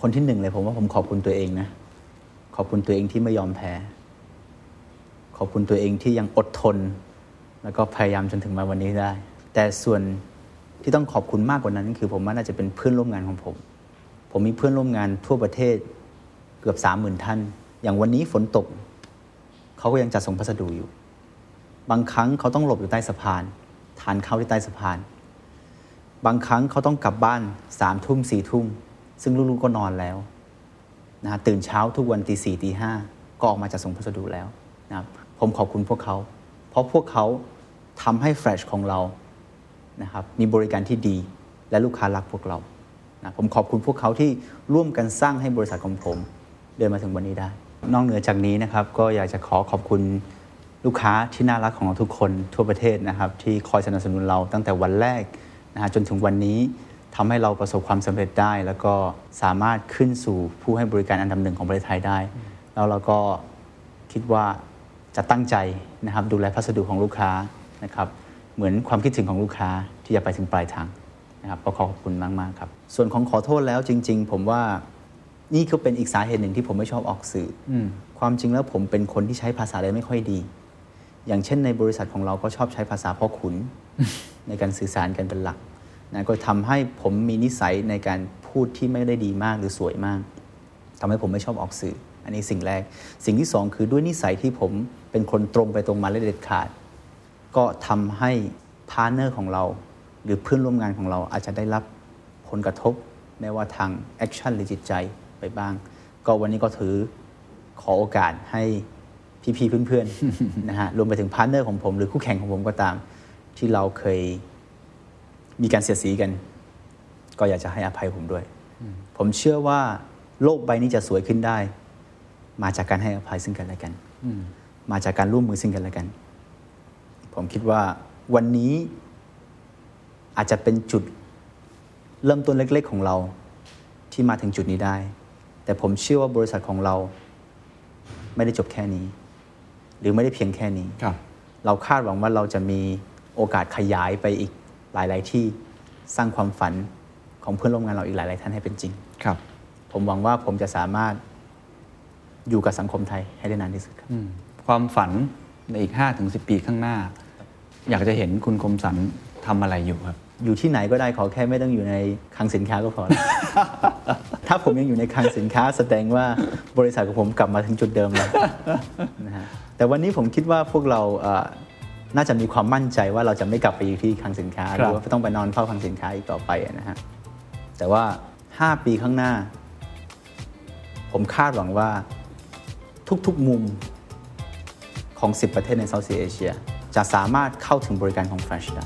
[SPEAKER 1] คนที่หนึ่งเลย ผมว่าผมขอบคุณตัวเองนะ ขอบคุณตัวเองที่ไม่ยอมแพ้ ขอบคุณตัวเองที่ยังอดทน แล้วก็พยายามจนถึงมาวันนี้ได้ แต่ส่วนที่ต้องขอบคุณมากกว่านั้น คือผมว่าน่าจะเป็นเพื่อนร่วมงานของผม ผมมีเพื่อนร่วมงานทั่วประเทศเกือบสามหมื่นท่าน อย่างวันนี้ฝนตก เขาก็ยังจัดส่งพัสดุอยู่ บางครั้งเขาต้องหลบอยู่ใต้สะพาน ทานข้าวที่ใต้สะพาน บางครั้งเขาต้องกลับบ้านสามทุ่มสี่ทุ่ม ซึ่งลูกๆก็นอนแล้วนะฮะตื่นเช้าทุกวันตีสี่ตีห้าก็ออกมาจากส่งพัสดุแล้วนะครับผมขอบคุณพวกเขา เพราะพวกเขาทำให้แฟลชของเรานะครับมีบริการที่ดีและลูกค้ารักพวกเรานะผมขอบคุณพวกเขาที่ร่วมกันสร้างให้บริษัทของผม เดินมาถึงวันนี้ได้ นอกเหนือจากนี้นะครับก็อยากจะขอขอบคุณ ลูกค้าที่น่ารักของเราทุกคนทั่วประเทศนะครับที่คอยสนับสนุนเราตั้งแต่วันแรกนะฮะจนถึงวันนี้ทำให้เราประสบความสำเร็จได้ แล้วก็สามารถขึ้นสู่ผู้ให้บริการอันดับหนึ่งของประเทศไทยได้ แล้วเราก็คิดว่าจะตั้งใจนะครับดูแลพัสดุของลูกค้านะครับเหมือนความคิดถึงของลูกค้าที่จะไปถึงปลายทางนะครับก็ขอขอบคุณมากๆครับส่วนของขอโทษแล้วจริง ๆ ผมว่า นี่ก็เป็นอีกสาเหตุหนึ่งที่ผมไม่ชอบออกสื่ออความจริงแล้วผมเป็นคนที่ใช้ภาษาอะไรไม่ค่อยดี อย่างเช่นในบริษัทของเราก็ชอบใช้ภาษาพ่อขุ น ในการสื่อสารกันเป็นหลักนะก็ทำให้ผมมีนิสัยในการพูดที่ไม่ได้ดีมากหรือสวยมากทำให้ผมไม่ชอบออกสื่อ อันนี้สิ่งแรก สิ่งที่สองคือด้วยนิสัยที่ผมเป็นคนตรงไปตรงมาและเด็ดขาด ก็ทำให้พาร์ทเนอร์ของเรา หรือเพื่อนร่วมงานของเราอาจจะได้รับผลกระทบไม่ว่าทางแอคชั่นหรือจิตใจไปบ้าง ก็วันนี้ก็ถือขอโอกาสให้พี่ๆเพื่อนๆ นะฮะรวมไปถึงพาร์ทเนอร์ของผมหรือคู่แข่งของผมก็ตาม ที่เราเคยมีการเสียดสีกัน ก็อยากจะให้อภัยผมด้วย ผมเชื่อว่าโลกใบนี้จะสวยขึ้นได้ มาจากการให้อภัยซึ่งกันและกันมาจากการร่วมมือซึ่งกันและกัน ผมคิดว่าวันนี้อาจจะเป็นจุดเริ่มต้นเล็ก ๆ ของเราที่มาถึงจุดนี้ได้ แต่ผมเชื่อว่าบริษัทของเราไม่ได้จบแค่นี้ หรือไม่ได้เพียงแค่นี้
[SPEAKER 5] ครับ
[SPEAKER 1] เราคาดหวังว่าเราจะมีโอกาสขยายไปอีกหลาย ๆ ที่สร้างความฝันของเพื่อนร่วมงานเราอีกหลาย ๆ ท่านให้เป็นจริง
[SPEAKER 5] ครับ
[SPEAKER 1] ผมหวังว่าผมจะสามารถอยู่กับสังคมไทยให้ได้นานที่สุดครับ
[SPEAKER 5] ความฝันในอีก 5-10 ปีข้างหน้า อยากจะเห็นคุณคมสันทำอะไรอยู่ครับ
[SPEAKER 1] อยู่ที่ไหนก็ได้ขอแค่ไม่ต้องอยู่ในคลังสินค้าก็พอแล้ว ถ้าผมยังอยู่ในคลังสินค้าแสดงว่าบริษัทของผมกลับมาถึงจุดเดิมแล้ว นะฮะแต่วันนี้ผมคิดว่าพวกเราเอ่อน่าจะมีความมั่นใจว่าเราจะไม่กลับไปอยู่ที่คลังสินค้า
[SPEAKER 5] ค
[SPEAKER 1] ห
[SPEAKER 5] รับ
[SPEAKER 1] รือว่าต้องไปนอนเฝ้าคลังสินค้าอีกต่อไปนะฮะแต่ว่า 5 ปีข้างหน้า ผมคาดหวังว่าทุกๆมุมของ 10 ประเทศในเซาท์อีเอเชียจะสามารถเข้าถึงบริการของ Fresh ได้